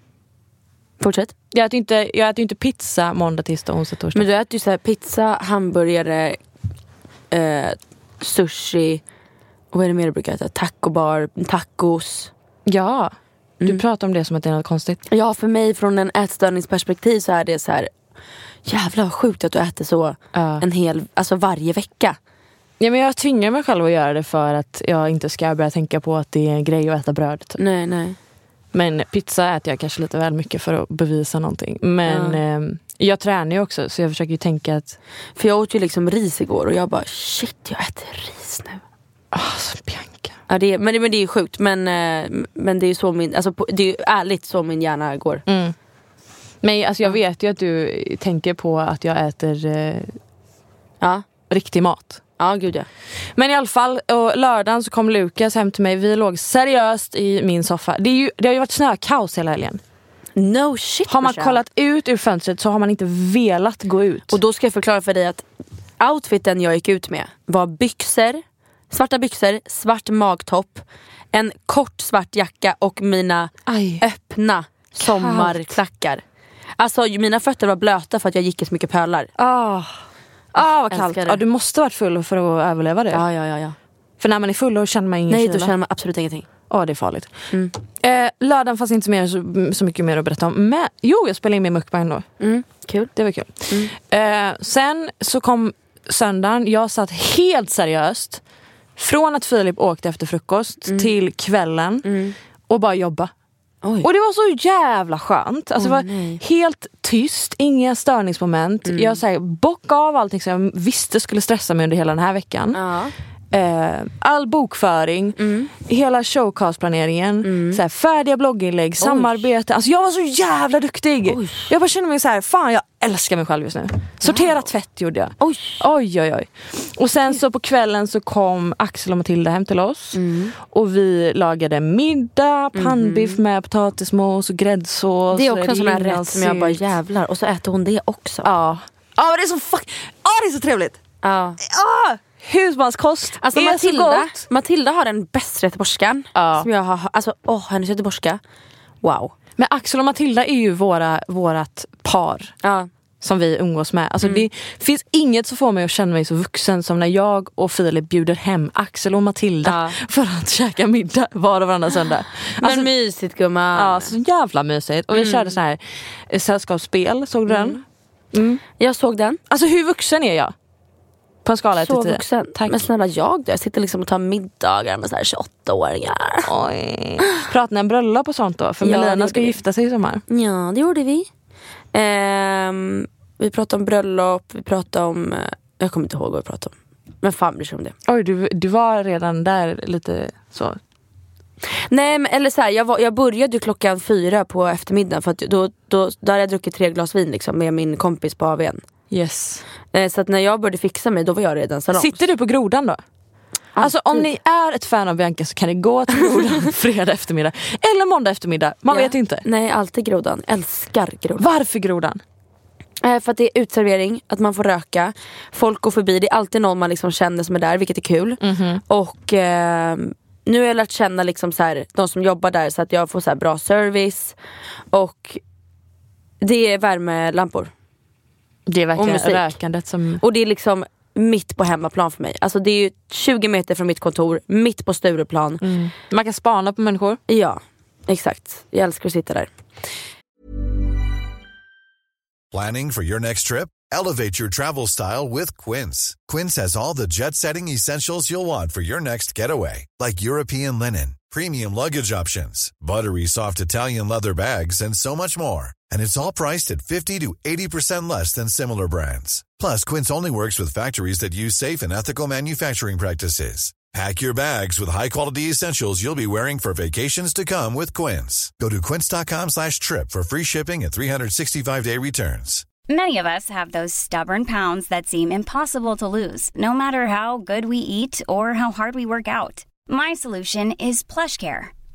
Speaker 2: Fortsätt.
Speaker 3: Jag äter ju inte, jag äter ju inte pizza måndag, tisdag, onsdag, torsdag.
Speaker 2: Men du äter ju så här pizza, hamburgare, eh, sushi. Och vad är det mer du brukar äta? Tacobar, tacos.
Speaker 3: ja,
Speaker 2: Mm.
Speaker 3: du pratar om det som att det är något konstigt.
Speaker 2: Ja, för mig från en ätstörningsperspektiv så är det så här. Jävlar vad sjukt att du äter så
Speaker 3: Ja.
Speaker 2: en hel, alltså varje vecka.
Speaker 3: Ja, men jag tvingar mig själv att göra det för att jag inte ska börja tänka på att det är en grej att äta bröd. Typ.
Speaker 2: Nej, nej.
Speaker 3: Men pizza äter jag kanske lite väl mycket för att bevisa någonting. Men ehm, jag tränar ju också så jag försöker ju tänka att
Speaker 2: För jag åt ju liksom ris igår och jag bara shit jag äter ris nu.
Speaker 3: alltså, Bianca.
Speaker 2: Ja, Ah, det är, men, det, men det är sjukt men, eh, men det är ju så min, alltså, på- det är ju ärligt så min hjärna går.
Speaker 3: Mm. Men alltså, jag vet ju att du tänker på att jag äter eh,
Speaker 2: Ja,
Speaker 3: riktig mat.
Speaker 2: ja gud ja.
Speaker 3: Men i alla fall, och lördagen så kom Lukas hem till mig. Vi låg seriöst i min soffa. Det, är ju, det har ju varit snökaos hela helgen.
Speaker 2: No shit
Speaker 3: Har man
Speaker 2: brorsan.
Speaker 3: kollat ut ur fönstret så har man inte velat gå ut.
Speaker 2: Och då ska jag förklara för dig att outfiten jag gick ut med var byxor, svarta byxor, svart magtopp, en kort svart jacka och mina
Speaker 3: Aj.
Speaker 2: öppna sommarklackar. Alltså ju- mina fötter var blöta för att jag gick i så mycket pölar.
Speaker 3: Ah, ah vad
Speaker 2: Älskar
Speaker 3: kallt.
Speaker 2: det.
Speaker 3: Ja, du måste ha varit full för att överleva det.
Speaker 2: Ja, ja, ja. ja.
Speaker 3: För när man är full då känner man ingen
Speaker 2: Nej
Speaker 3: kyla.
Speaker 2: då känner man absolut ingenting.
Speaker 3: Ja, det är farligt.
Speaker 2: Mm.
Speaker 3: Eh, lördagen fanns inte så, mer, så, så mycket mer att berätta om. Men jo, jag spelade in min mukbang då.
Speaker 2: Kul.
Speaker 3: Det var kul.
Speaker 2: Mm.
Speaker 3: Eh, sen så kom söndagen. Jag satt helt seriöst. Från att Filip åkte efter frukost
Speaker 2: Mm.
Speaker 3: till kvällen och bara jobba.
Speaker 2: Oj.
Speaker 3: Och det var så jävla skönt. Alltså, det var helt tyst, inga störningsmoment.
Speaker 2: Mm.
Speaker 3: Jag så här, bockade av allting som jag visste skulle stressa mig under hela den här veckan.
Speaker 2: Ja.
Speaker 3: Eh, all bokföring,
Speaker 2: Mm.
Speaker 3: hela showcastplaneringen, så här, färdiga blogginlägg, samarbete. Alltså jag var så jävla duktig!
Speaker 2: Oj.
Speaker 3: Jag bara känner mig så här, fan jag älskar mig själv just nu. Sortera tvätt gjorde jag.
Speaker 2: Oj.
Speaker 3: Oj oj oj. Och sen så på kvällen så kom Axel och Matilda hem till oss.
Speaker 2: Mm.
Speaker 3: Och vi lagade middag, pannbiff med potatismos och gräddsås.
Speaker 2: Mhm. Det är
Speaker 3: och
Speaker 2: också en sån här rätt
Speaker 3: lingonsylt.
Speaker 2: som jag bara jävlar och så äter hon det också.
Speaker 3: Ja. Ja men det är så fuck... Ja det är så trevligt!
Speaker 2: Ja.
Speaker 3: Ah, husmanskost
Speaker 2: Alltså
Speaker 3: är så
Speaker 2: Matilda,
Speaker 3: gott!
Speaker 2: Matilda har den bästa göteborgskan.
Speaker 3: Ja.
Speaker 2: Som jag har, alltså, åh, hennes göteborgska. Wow.
Speaker 3: Men Axel och Matilda är ju våra, vårat par
Speaker 2: Ja.
Speaker 3: som vi umgås med. Alltså Det finns inget som får mig att känna mig så vuxen som när jag och Filip bjuder hem Axel och Matilda
Speaker 2: Ja.
Speaker 3: för att käka middag var och varannan söndag. Alltså,
Speaker 2: Men mysigt gumman.
Speaker 3: ja, så jävla mysigt. Och vi körde sån här eh, sällskapsspel, såg du den?
Speaker 2: Jag såg den.
Speaker 3: Alltså hur vuxen är jag? På en skala 1 till
Speaker 2: typ Så
Speaker 3: 10.
Speaker 2: vuxen.
Speaker 3: Tack.
Speaker 2: Men snälla jag då? Jag sitter liksom och tar middagar med så här 28-åringar.
Speaker 3: Oj. Pratar ni om bröllop och sånt då? För
Speaker 2: Ja, det
Speaker 3: Melina
Speaker 2: gjorde
Speaker 3: ska
Speaker 2: vi.
Speaker 3: gifta sig i sommar.
Speaker 2: Ja, det gjorde vi. Ehm, vi pratade om bröllop, vi pratade om... eh, Jag kommer inte ihåg vad vi pratade om. Men fan bryr sig om det.
Speaker 3: Oj, du, du var redan där lite så.
Speaker 2: Nej men eller så här, jag, var, jag började ju klockan fyra på eftermiddagen för att då, då, då hade jag druckit tre glas vin liksom, med min kompis på AWn.
Speaker 3: Yes.
Speaker 2: Eh, Så att när jag började fixa mig då var jag redan salongs.
Speaker 3: Sitter du på grodan då? Alltså om ni är ett fan av Bianca så kan ni gå till grodan fredag eftermiddag. Eller måndag eftermiddag, man
Speaker 2: Ja.
Speaker 3: vet inte.
Speaker 2: Nej alltid grodan, älskar grodan.
Speaker 3: Varför grodan?
Speaker 2: Eh, För att det är utservering, att man får röka, folk går förbi, det är alltid någon man liksom känner som är där vilket är kul. Och eh, nu har jag lärt känna liksom så här, de som jobbar där så att jag får så här bra service. Och det är värmelampor.
Speaker 3: Det är
Speaker 2: Och
Speaker 3: verkligen
Speaker 2: musik.
Speaker 3: rökandet som...
Speaker 2: Och det är liksom mitt på hemmaplan för mig. Alltså det är ju 20 meter från mitt kontor, mitt på Stureplan.
Speaker 3: Mm. Man kan spana på människor.
Speaker 2: Ja, exakt. Jag älskar att sitta där.
Speaker 4: Planning for your next trip? Elevate your travel style with Quince. Quince has all the jet setting essentials you'll want for your next getaway, like European linen, premium luggage options, buttery soft Italian leather bags, and so much more. And it's all priced at 50 to 80% less than similar brands. Plus, Quince only works with factories that use safe and ethical manufacturing practices. Pack your bags with high-quality essentials you'll be wearing for vacations to come with Quince. Go to quince.com slash trip for free shipping and 365-day returns.
Speaker 5: Many of us have those stubborn pounds that seem impossible to lose, no matter how good we eat or how hard we work out. My solution is PlushCare.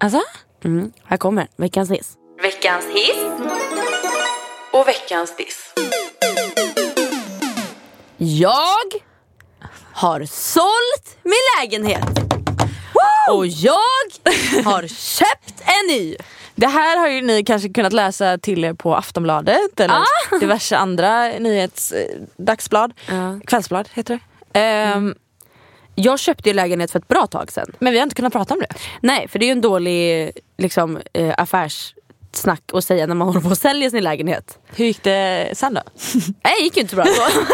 Speaker 3: Alltså?
Speaker 2: Mm. Här kommer den, veckans hiss.
Speaker 6: Veckans hiss och veckans diss.
Speaker 2: Jag har sålt min lägenhet! Och jag har köpt en ny!
Speaker 3: Det här har ju ni kanske kunnat läsa till er på Aftonbladet eller
Speaker 2: Ah!
Speaker 3: diverse andra nyhets... eh, Dagsblad. Kvällsblad heter det. Ehm,
Speaker 2: Mm. Jag köpte ju lägenhet för ett bra tag sedan.
Speaker 3: Men vi har inte kunnat prata om det.
Speaker 2: Nej, för det är ju en dålig liksom, eh, affärssnack att säga när man håller på och säljer sin lägenhet.
Speaker 3: Hur gick det sen då?
Speaker 2: Nej, det gick ju inte bra. då.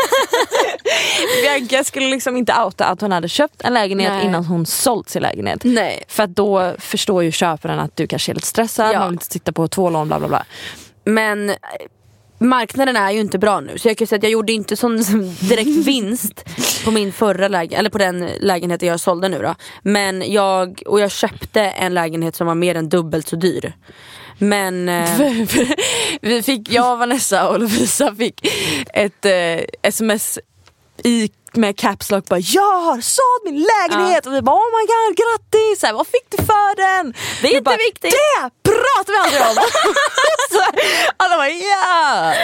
Speaker 3: Bianca skulle liksom inte outa att hon hade köpt en lägenhet
Speaker 2: Nej. Mm.
Speaker 3: innan hon sålt sin lägenhet.
Speaker 2: Nej.
Speaker 3: För att då förstår ju köparen att du kanske är lite stressad,
Speaker 2: Ja.
Speaker 3: man vill inte sitta på två lån bla bla bla.
Speaker 2: Men eh, marknaden är ju inte bra nu. Så jag kan ju säga att jag gjorde inte sån sån direkt vinst på min förra lägen, eller på den lägenheten jag sålde nu då. Men jag, och jag köpte en lägenhet som var mer än dubbelt så dyr. Men... eh,
Speaker 3: Vi fick, jag, Vanessa och Lovisa fick ett eh, sms i med Caps Lock bara “Jag har sålt min lägenhet” och vi bara “Oh my god, grattis! Så här, vad fick du för den?”
Speaker 2: Det är
Speaker 3: Vi
Speaker 2: inte
Speaker 3: bara,
Speaker 2: viktigt.
Speaker 3: Det pratar vi aldrig om! så här, alla bara “Ja!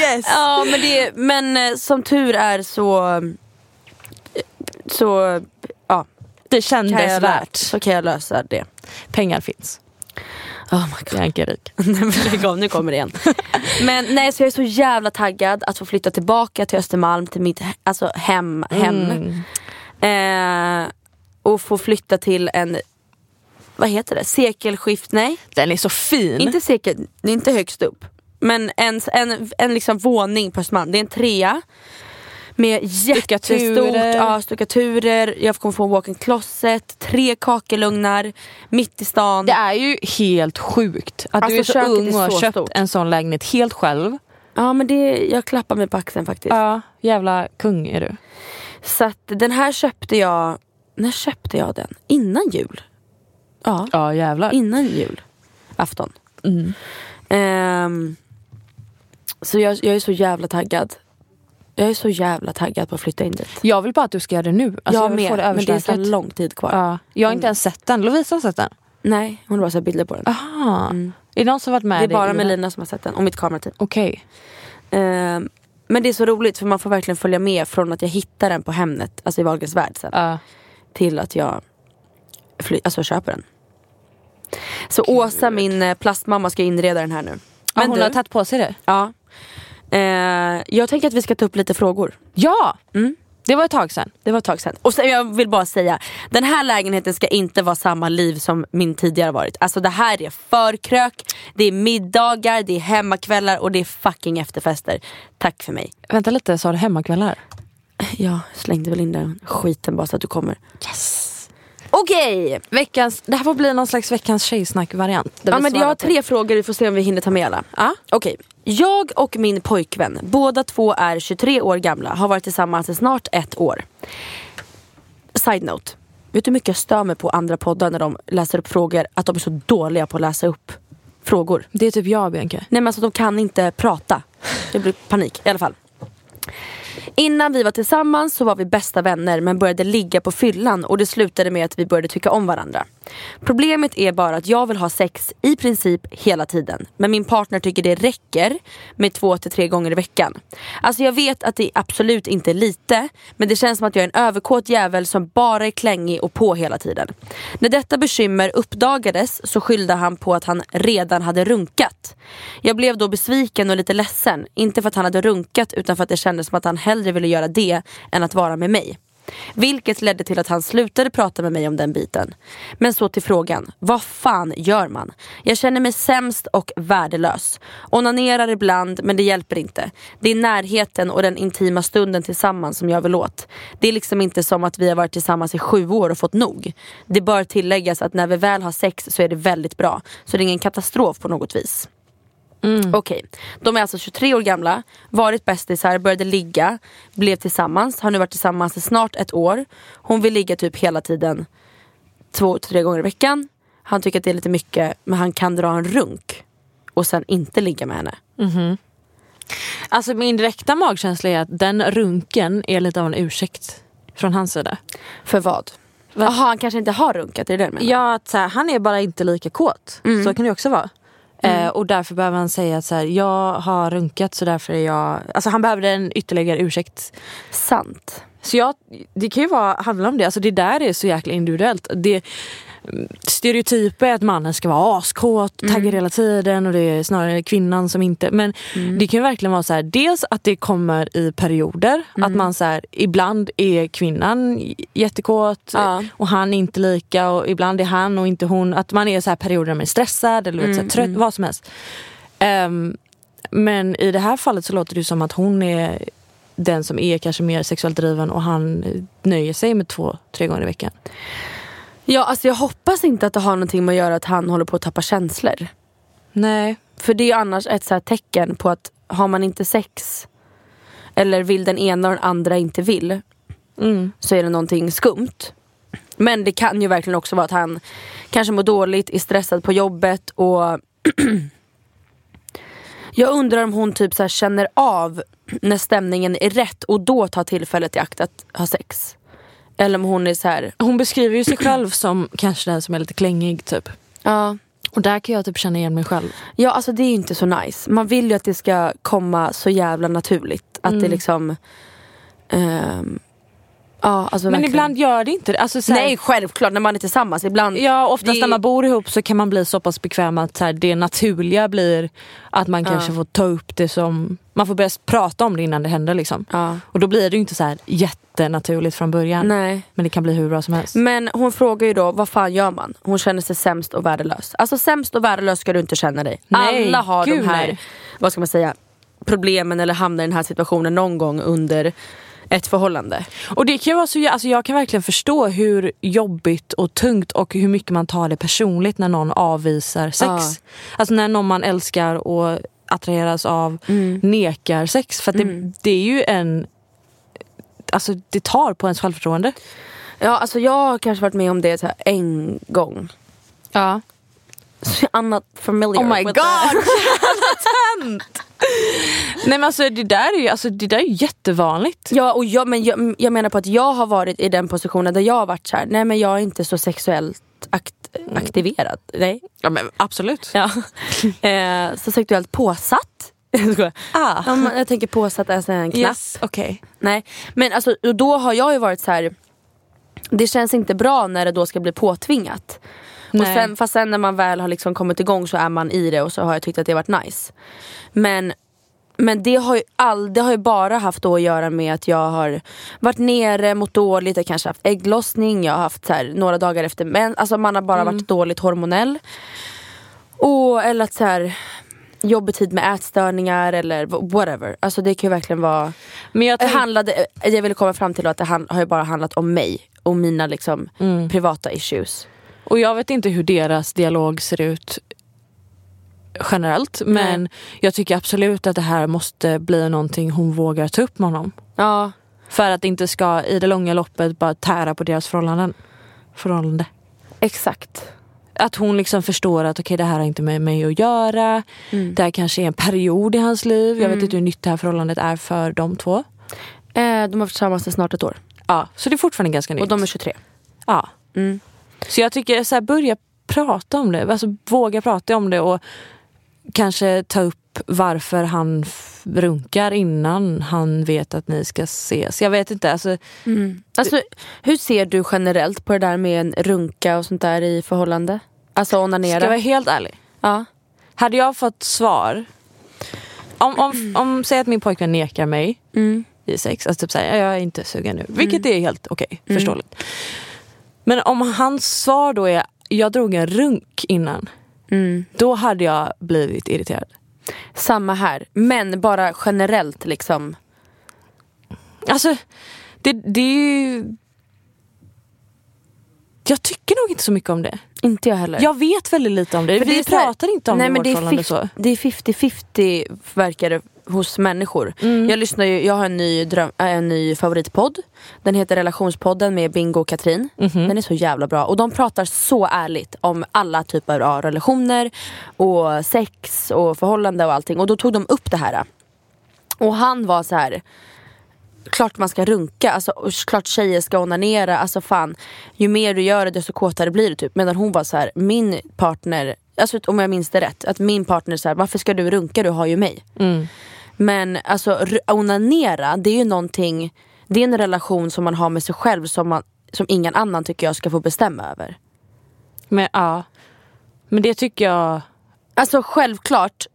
Speaker 3: Yes!”
Speaker 2: Ja men, det, men eh, som tur är så... eh, Så... Ja.
Speaker 3: Det
Speaker 2: Kan jag,
Speaker 3: kändes
Speaker 2: lö-
Speaker 3: värt.
Speaker 2: så kan jag lösa det.
Speaker 3: Pengar finns.
Speaker 2: Oh my
Speaker 3: Jag är inte rik.
Speaker 2: Lägg av, nu kommer det igen. Men nej, så jag är så jävla taggad att få flytta tillbaka till Östermalm, till mitt he- alltså hem. hem.
Speaker 3: Mm.
Speaker 2: Eh, och få flytta till en, vad heter det, sekelskift, nej?
Speaker 3: Den är så fin.
Speaker 2: Inte sekel, det är inte högst upp. Men en, en, en liksom våning på Östermalm, det är en trea. Med jättestort,
Speaker 3: Stuckaturer.
Speaker 2: ja, stuckaturer, jag kommer få en walk-in closet, tre kakelugnar, mitt i stan.
Speaker 3: Det är ju helt sjukt att
Speaker 2: Alltså,
Speaker 3: du är så
Speaker 2: köket
Speaker 3: ung
Speaker 2: är
Speaker 3: och har
Speaker 2: så
Speaker 3: köpt
Speaker 2: stort.
Speaker 3: en sån lägenhet helt själv.
Speaker 2: Ja men det, jag klappar mig på axeln faktiskt.
Speaker 3: Ja, jävla kung är du.
Speaker 2: Så att den här köpte jag, när köpte jag den? Innan jul. Ja,
Speaker 3: Ja jävlar.
Speaker 2: innan julafton.
Speaker 3: mm.
Speaker 2: Ehm, så jag, jag är så jävla taggad. Jag är så jävla taggad på att flytta in dit.
Speaker 3: Jag vill bara att du ska göra det nu. Alltså,
Speaker 2: jag
Speaker 3: vill
Speaker 2: med,
Speaker 3: få det
Speaker 2: men det är så här
Speaker 3: överstökat.
Speaker 2: lång tid kvar.
Speaker 3: Ja, jag har inte ens sett den. Lovisa har sett den.
Speaker 2: Nej, hon har bara sett bilder på den. Mm.
Speaker 3: Aha. Är det någon som varit med
Speaker 2: Ah. det är
Speaker 3: dig
Speaker 2: bara
Speaker 3: i den?
Speaker 2: Melina som har sett den och mitt kamerateam.
Speaker 3: Okej.
Speaker 2: Ehm, men det är så roligt för man får verkligen följa med från att jag hittar den på Hemnet, alltså i Wahlgrens värld sen.
Speaker 3: Ja.
Speaker 2: till att jag fly- alltså, köper den. Så Åsa, min eh, plastmamma, ska inreda den här nu.
Speaker 3: Men
Speaker 2: Men
Speaker 3: hon
Speaker 2: du,
Speaker 3: har tagit på sig det?
Speaker 2: ja. eh, jag tänker att vi ska ta upp lite frågor.
Speaker 3: Ja! Mm. Det var ett tag sedan.
Speaker 2: Det var ett tag sedan. Och sen, jag vill bara säga, den här lägenheten ska inte vara samma liv som min tidigare varit. Alltså det här är förkrök, det är middagar, det är hemmakvällar och det är fucking efterfester. Tack för mig.
Speaker 3: Vänta lite, sa du hemmakvällar?
Speaker 2: Jag slängde väl in den skiten bara så att du kommer. Yes! Okej!
Speaker 3: Veckans, det här får bli någon slags veckans tjejsnack-variant. där
Speaker 2: Ja,
Speaker 3: vi
Speaker 2: men jag
Speaker 3: svarar
Speaker 2: har
Speaker 3: på-
Speaker 2: tre frågor, vi får se om vi hinner ta med alla. Ja. Okej. Jag och min pojkvän, båda två är 23 år gamla, har varit tillsammans i snart ett år. Side note. Vet du hur mycket jag stör mig på andra poddar när de läser upp frågor? Att de är så dåliga på att läsa upp frågor.
Speaker 3: Det är typ jag Bianca.
Speaker 2: Nej men alltså de kan inte prata. Det blir panik i alla fall. Innan vi var tillsammans så var vi bästa vänner men började ligga på fyllan och det slutade med att vi började tycka om varandra. Problemet är bara att jag vill ha sex i princip hela tiden men min partner tycker det räcker med två till tre gånger i veckan. Alltså jag vet att det absolut inte är lite men det känns som att jag är en överkåt jävel som bara är klängig och på hela tiden. När detta bekymmer uppdagades så skyllde han på att han redan hade runkat. Jag blev då besviken och lite ledsen, inte för att han hade runkat utan för att det kändes som att han hellre ville göra det än att vara med mig. Vilket ledde till att han slutade prata med mig om den biten. Men så till frågan, vad fan gör man? Jag känner mig sämst och värdelös. Onanerar ibland men det hjälper inte. Det är närheten och den intima stunden tillsammans som jag vill åt. Det är liksom inte som att vi har varit tillsammans i sju år och fått nog. Det bör tilläggas att när vi väl har sex så är det väldigt bra. Så det är ingen katastrof på något vis. Okej, de är alltså 23 år gamla, varit bästisar, började ligga, blev tillsammans, har nu varit tillsammans i snart ett år. Hon vill ligga typ hela tiden, två, tre gånger i veckan. Han tycker att det är lite mycket, men han kan dra en runk och sen inte ligga med henne.
Speaker 3: Alltså min direkta magkänsla är att den runken är lite av en ursäkt från hans sida.
Speaker 2: För vad? Jaha, han kanske inte har runkat, är det det du menar?
Speaker 3: Ja, att så här, han är bara inte lika kåt.
Speaker 2: Mm.
Speaker 3: Så kan det också vara. Eh, och därför behöver han säga att så här, jag har runkat så därför är jag... Alltså han behövde en ytterligare ursäkt.
Speaker 2: Sant.
Speaker 3: Så jag, det kan ju vara, handla om det. Alltså det där är så jäkla individuellt. Det, stereotyper är att mannen ska vara askåt, taggad hela tiden och det är snarare kvinnan som inte... Men det kan ju verkligen vara så här, dels att det kommer i perioder. Att man så här, ibland är kvinnan j- jättekåt
Speaker 2: Ja.
Speaker 3: och han inte lika och ibland är han och inte hon. Att man är så här perioder när man är stressad eller vet, så här, trött, vad som helst. Ehm, men i det här fallet så låter det ju som att hon är den som är kanske mer sexuellt driven och han nöjer sig med två, tre gånger i veckan.
Speaker 2: Ja, alltså jag hoppas inte att det har någonting med att göra att han håller på att tappa känslor.
Speaker 3: Nej.
Speaker 2: För det är annars ett så här tecken på att har man inte sex eller vill den ena och den andra inte vill så är det någonting skumt. Men det kan ju verkligen också vara att han kanske mår dåligt, är stressad på jobbet och Jag undrar om hon typ så här känner av när stämningen är rätt och då tar tillfället i akt att ha sex. Eller om hon är så här.
Speaker 3: Hon beskriver ju sig själv som kanske den som är lite klängig typ.
Speaker 2: Ja.
Speaker 3: Och där kan jag typ känna igen mig själv.
Speaker 2: Ja alltså det är ju inte så nice. Man vill ju att det ska komma så jävla naturligt. Att
Speaker 3: Mm.
Speaker 2: det liksom... ehm, ja alltså
Speaker 3: Men
Speaker 2: verkligen.
Speaker 3: ibland gör det inte det. Alltså, så här,
Speaker 2: Nej självklart när man är tillsammans. Ibland...
Speaker 3: Ja, oftast
Speaker 2: Det-
Speaker 3: när man bor ihop så kan man bli så pass bekväm att så här, det naturliga blir att man kanske får ta upp det som... Man får börja prata om det innan det händer. Liksom.
Speaker 2: Ja.
Speaker 3: Och då blir det ju inte så här jättenaturligt från början.
Speaker 2: Nej.
Speaker 3: Men det kan bli hur bra som helst.
Speaker 2: Men hon frågar ju då, vad fan gör man? Hon känner sig sämst och värdelös. Alltså sämst och värdelös ska du inte känna dig.
Speaker 3: Nej,
Speaker 2: Alla har
Speaker 3: gud,
Speaker 2: de här,
Speaker 3: nej.
Speaker 2: vad ska man säga, problemen eller hamnar i den här situationen någon gång under ett förhållande.
Speaker 3: Och det kan ju vara så, jä- alltså jag kan verkligen förstå hur jobbigt och tungt och hur mycket man tar det personligt när någon avvisar sex.
Speaker 2: Ja.
Speaker 3: Alltså när någon man älskar och attraheras av
Speaker 2: Mm.
Speaker 3: nekar sex. För att det, det är ju en... Alltså det tar på ens självförtroende.
Speaker 2: Ja, alltså jag har kanske varit med om det så här en gång.
Speaker 3: Ja.
Speaker 2: Så I'm not familiar
Speaker 3: Oh my
Speaker 2: with
Speaker 3: god!
Speaker 2: that.
Speaker 3: Nej men alltså det där är ju, alltså, det där är ju jättevanligt.
Speaker 2: Ja, och jag, men jag, jag menar på att jag har varit i den positionen där jag har varit så här, nej men jag är inte så sexuellt akt- aktiverad. Nej,
Speaker 3: Ja men absolut.
Speaker 2: Ja. Eh, så sexuellt påsatt. Jag skojar.
Speaker 3: Ah.
Speaker 2: Ja, men jag tänker påsatt är så här en knapp.
Speaker 3: Yes, okej.
Speaker 2: Nej. Men alltså, och då har jag ju varit så här. Det känns inte bra när det då ska bli påtvingat. Och
Speaker 3: Nej.
Speaker 2: sen, fast sen när man väl har liksom kommit igång så är man i det och så har jag tyckt att det har varit nice. Men, men det, har ju all, det har ju bara haft då att göra med att jag har varit nere, mått dåligt, jag kanske haft ägglossning, jag har haft så här, några dagar efter men Alltså man har bara varit dåligt hormonell. Och, eller att så här, jobbig tid med ätstörningar eller wh- whatever. Alltså det kan ju verkligen vara...
Speaker 3: Men jag
Speaker 2: Det
Speaker 3: tänk-
Speaker 2: handlade, det jag ville komma fram till var att det han, har ju bara handlat om mig och mina liksom, privata issues.
Speaker 3: Och jag vet inte hur deras dialog ser ut generellt men jag tycker absolut att det här måste bli någonting hon vågar ta upp med honom.
Speaker 2: Ja,
Speaker 3: För att det inte ska i det långa loppet bara tära på deras förhållanden. förhållande.
Speaker 2: exakt.
Speaker 3: Att hon liksom förstår att okej det här har inte med mig att göra. Det här kanske är en period i hans liv. Jag vet inte hur nytt det här förhållandet är för de två.
Speaker 2: Eh, de har varit tillsammans i snart ett år.
Speaker 3: Ja, så det är fortfarande ganska nytt.
Speaker 2: Och de är 23.
Speaker 3: Ja. Mm. Så jag tycker, så här, börja prata om det. Alltså, våga prata om det och kanske ta upp varför han f- runkar innan han vet att ni ska ses. Jag vet inte. Alltså,
Speaker 2: Alltså, hur ser du generellt på det där med en runka och sånt där i förhållande? Alltså
Speaker 3: ska
Speaker 2: onanera?
Speaker 3: jag vara helt ärlig?
Speaker 2: ja.
Speaker 3: Hade jag fått svar... Om, om, om säg att min pojkvän nekar mig i sex. Alltså typ såhär, jag är inte sugen nu. Vilket är helt okej, förståeligt. Men om hans svar då är, jag drog en runk innan. Då hade jag blivit irriterad.
Speaker 2: Samma här, men bara generellt liksom.
Speaker 3: Alltså, det, det är ju... Jag tycker nog inte så mycket om det.
Speaker 2: Inte jag heller.
Speaker 3: Jag vet väldigt lite om det.
Speaker 2: För
Speaker 3: Vi
Speaker 2: det är så här-
Speaker 3: pratar inte om
Speaker 2: nej,
Speaker 3: det i
Speaker 2: men
Speaker 3: vårt
Speaker 2: det är
Speaker 3: förhållande.
Speaker 2: 50
Speaker 3: Så.
Speaker 2: Det är 50-50 verkar det hos människor.
Speaker 3: Mm.
Speaker 2: Jag, lyssnar ju, jag har en ny, dröm, äh, en ny favoritpodd. Den heter Relationspodden med Bingo och Katrin.
Speaker 3: Mhm.
Speaker 2: Den är så jävla bra. Och de pratar så ärligt om alla typer av relationer och sex och förhållande och allting. Och då tog de upp det här. Och han var så här klart man ska runka, alltså, och klart tjejer ska onanera, alltså fan ju mer du gör det desto kåtare blir du typ. Medan hon var så här, min partner, alltså om jag minns det rätt, att min partner så här, varför ska du runka, du har ju mig. Men alltså r- onanera, det är ju någonting, det är en relation som man har med sig själv som, man, som ingen annan tycker jag ska få bestämma över.
Speaker 3: Men, ja. men det tycker jag...
Speaker 2: Alltså självklart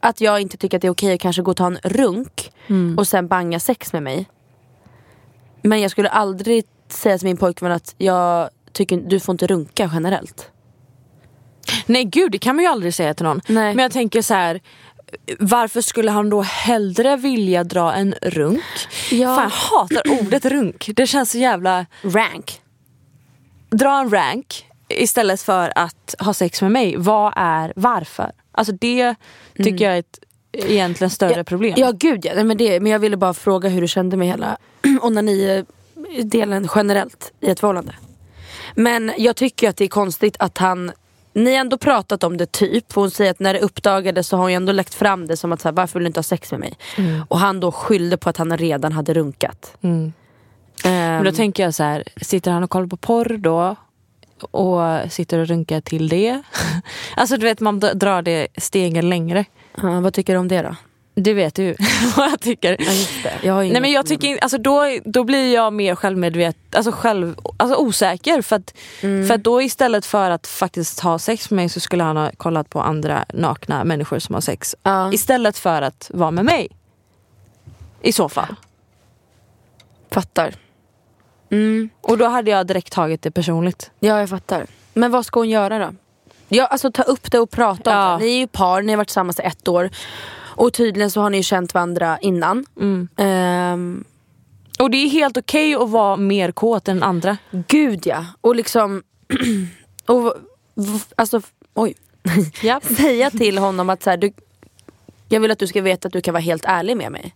Speaker 2: att jag inte tycker att det är okej att kanske gå och ta en runk
Speaker 3: Mm.
Speaker 2: och sen banga sex med mig. Men jag skulle aldrig säga till min pojkvän att jag tycker du får inte runka generellt.
Speaker 3: Nej gud, det kan man ju aldrig säga till någon.
Speaker 2: Nej.
Speaker 3: Men jag tänker så här. Varför skulle han då hellre vilja dra en runk?
Speaker 2: Ja.
Speaker 3: Fan, jag hatar ordet runk. Det känns så jävla...
Speaker 2: Rank.
Speaker 3: Dra en rank istället för att ha sex med mig. Vad är varför? Alltså det tycker jag är ett egentligen större problem.
Speaker 2: Mm. Ja gud ja, Nej, men, det, men jag ville bara fråga hur du kände med hela onani-delen generellt i ett förhållande. Men jag tycker ju att det är konstigt att han ni har ändå pratat om det typ, för hon säger att när det uppdagades så har hon ju ändå lagt fram det som att så här, varför vill du inte ha sex med mig? Och han då skyllde på att han redan hade runkat.
Speaker 3: Men då tänker jag så här, sitter han och kollar på porr då? Och sitter och runkar till det? alltså du vet man d- drar det stegen längre.
Speaker 2: Ehm, Ja, vad tycker du om det då?
Speaker 3: Du vet ju vad jag tycker.
Speaker 2: just det. Jag har inget
Speaker 3: Nej, men jag tycker, in- alltså, då, då blir jag mer självmedveten, alltså, själv, alltså osäker. För att, för att då istället för att faktiskt ha sex med mig så skulle han ha kollat på andra nakna människor som har sex.
Speaker 2: Ja.
Speaker 3: Istället för att vara med mig. I så fall.
Speaker 2: Fattar.
Speaker 3: Och då hade jag direkt tagit det personligt.
Speaker 2: Ja jag fattar. Men vad ska hon göra då? Ja, alltså ta upp det och prata om
Speaker 3: Ja.
Speaker 2: det. Ni är ju par, ni har varit tillsammans i ett år. Och tydligen så har ni ju känt varandra innan.
Speaker 3: Mm.
Speaker 2: Ehm,
Speaker 3: Och det är helt okej att vara mer kåt än andra.
Speaker 2: gud ja. Och liksom... och, v- alltså, f- oj.
Speaker 3: Ja.
Speaker 2: Säga till honom att så här, du, jag vill att du ska veta att du kan vara helt ärlig med mig.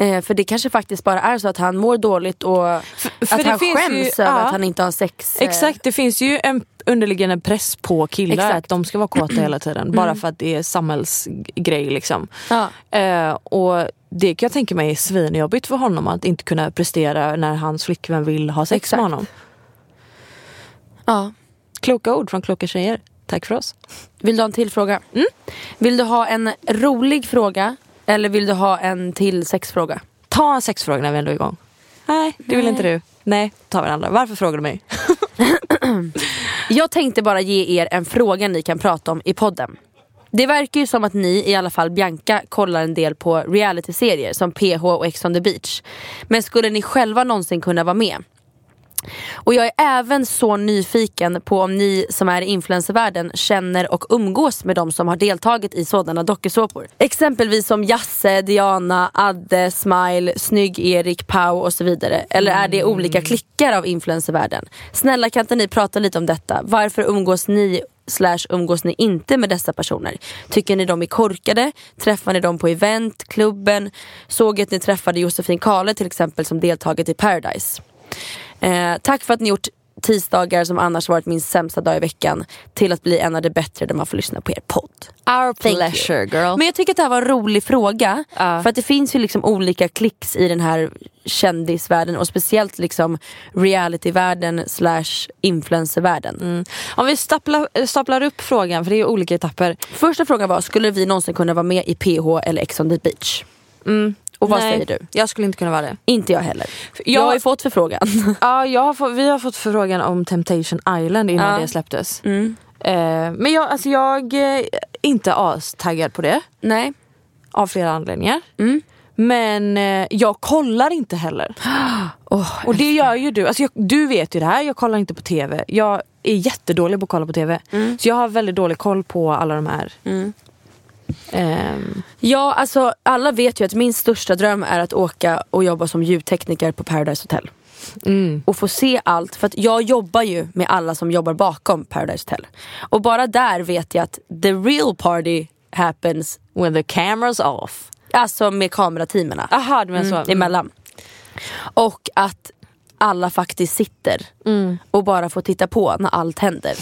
Speaker 2: Eh, för det kanske faktiskt bara är så att han mår dåligt och
Speaker 3: för
Speaker 2: att
Speaker 3: det
Speaker 2: han
Speaker 3: finns
Speaker 2: skäms
Speaker 3: ju-
Speaker 2: över
Speaker 3: ja.
Speaker 2: att han inte har sex. eh,
Speaker 3: Exakt, det finns ju en underliggande press på killar
Speaker 2: Exakt. Mm.
Speaker 3: att de ska vara kåta hela tiden. Bara för att det är samhällsgrej liksom.
Speaker 2: Ja.
Speaker 3: Eh, och det kan jag tänka mig är svinjobbigt för honom att inte kunna prestera när hans flickvän vill ha sex
Speaker 2: Exakt.
Speaker 3: med honom.
Speaker 2: Ja.
Speaker 3: Kloka ord från kloka tjejer. Tack för oss.
Speaker 2: Vill du ha en till fråga? Mm. Vill du ha en rolig fråga eller vill du ha en till sexfråga?
Speaker 3: Ta en sexfråga när vi ändå är igång. Nej, det vill inte du. Nej, ta varandra. Varför frågar du mig?
Speaker 2: Jag tänkte bara ge er en fråga ni kan prata om i podden. Det verkar ju som att ni, i alla fall Bianca, kollar en del på realityserier som PH och Ex on the beach. Men skulle ni själva någonsin kunna vara med? Och jag är även så nyfiken på om ni som är i influencervärlden känner och umgås med de som har deltagit i sådana dokusåpor. Exempelvis som Jasse, Diana, Adde, Smile, Snygg-Erik, Pau och så vidare. Eller är det olika klickar av influencervärlden? Snälla kan inte ni prata lite om detta? Varför umgås ni slash umgås ni inte med dessa personer? Tycker ni de är korkade? Träffar ni dem på event, klubben? Såg att ni träffade Josefin Kahle till exempel som deltagit i Paradise. Eh, tack för att ni gjort tisdagar som annars varit min sämsta dag i veckan till att bli en av de bättre där man får lyssna på er podd.
Speaker 3: Our
Speaker 2: pleasure,
Speaker 3: girl.
Speaker 2: Men jag tycker att det här var en rolig fråga. För att det finns ju liksom olika klicks i den här kändisvärlden och speciellt liksom realityvärlden slash influencervärlden.
Speaker 3: Mm. Om vi staplar, staplar upp frågan, för det är ju olika etapper.
Speaker 2: Första frågan var, skulle vi någonsin kunna vara med i PH eller Ex on the beach? Och vad
Speaker 3: Nej,
Speaker 2: säger du?
Speaker 3: Jag skulle inte kunna vara det.
Speaker 2: Inte jag heller. Jag,
Speaker 3: jag-
Speaker 2: har ju fått förfrågan.
Speaker 3: Ja, jag har fått, vi har fått förfrågan om Temptation Island innan
Speaker 2: Ja.
Speaker 3: det släpptes. Eh, men jag, alltså jag eh, är inte astaggad på det
Speaker 2: Nej. Mm.
Speaker 3: av flera anledningar. Men eh, jag kollar inte heller. och det gör ju du. Alltså jag, du vet ju det här, jag kollar inte på TV. Jag är jättedålig på att kolla på TV.
Speaker 2: Mm.
Speaker 3: Så jag har väldigt dålig koll på alla de här. Ehm,
Speaker 2: Ja, alltså alla vet ju att min största dröm är att åka och jobba som ljudtekniker på Paradise Hotel.
Speaker 3: Mm.
Speaker 2: Och få se allt, för att jag jobbar ju med alla som jobbar bakom Paradise Hotel. Och bara där vet jag att the real party happens,
Speaker 3: when the camera's off.
Speaker 2: alltså med kamerateamen.
Speaker 3: Aha, du menar så.
Speaker 2: mm. emellan. Och att alla faktiskt sitter
Speaker 3: Mm.
Speaker 2: och bara får titta på när allt händer.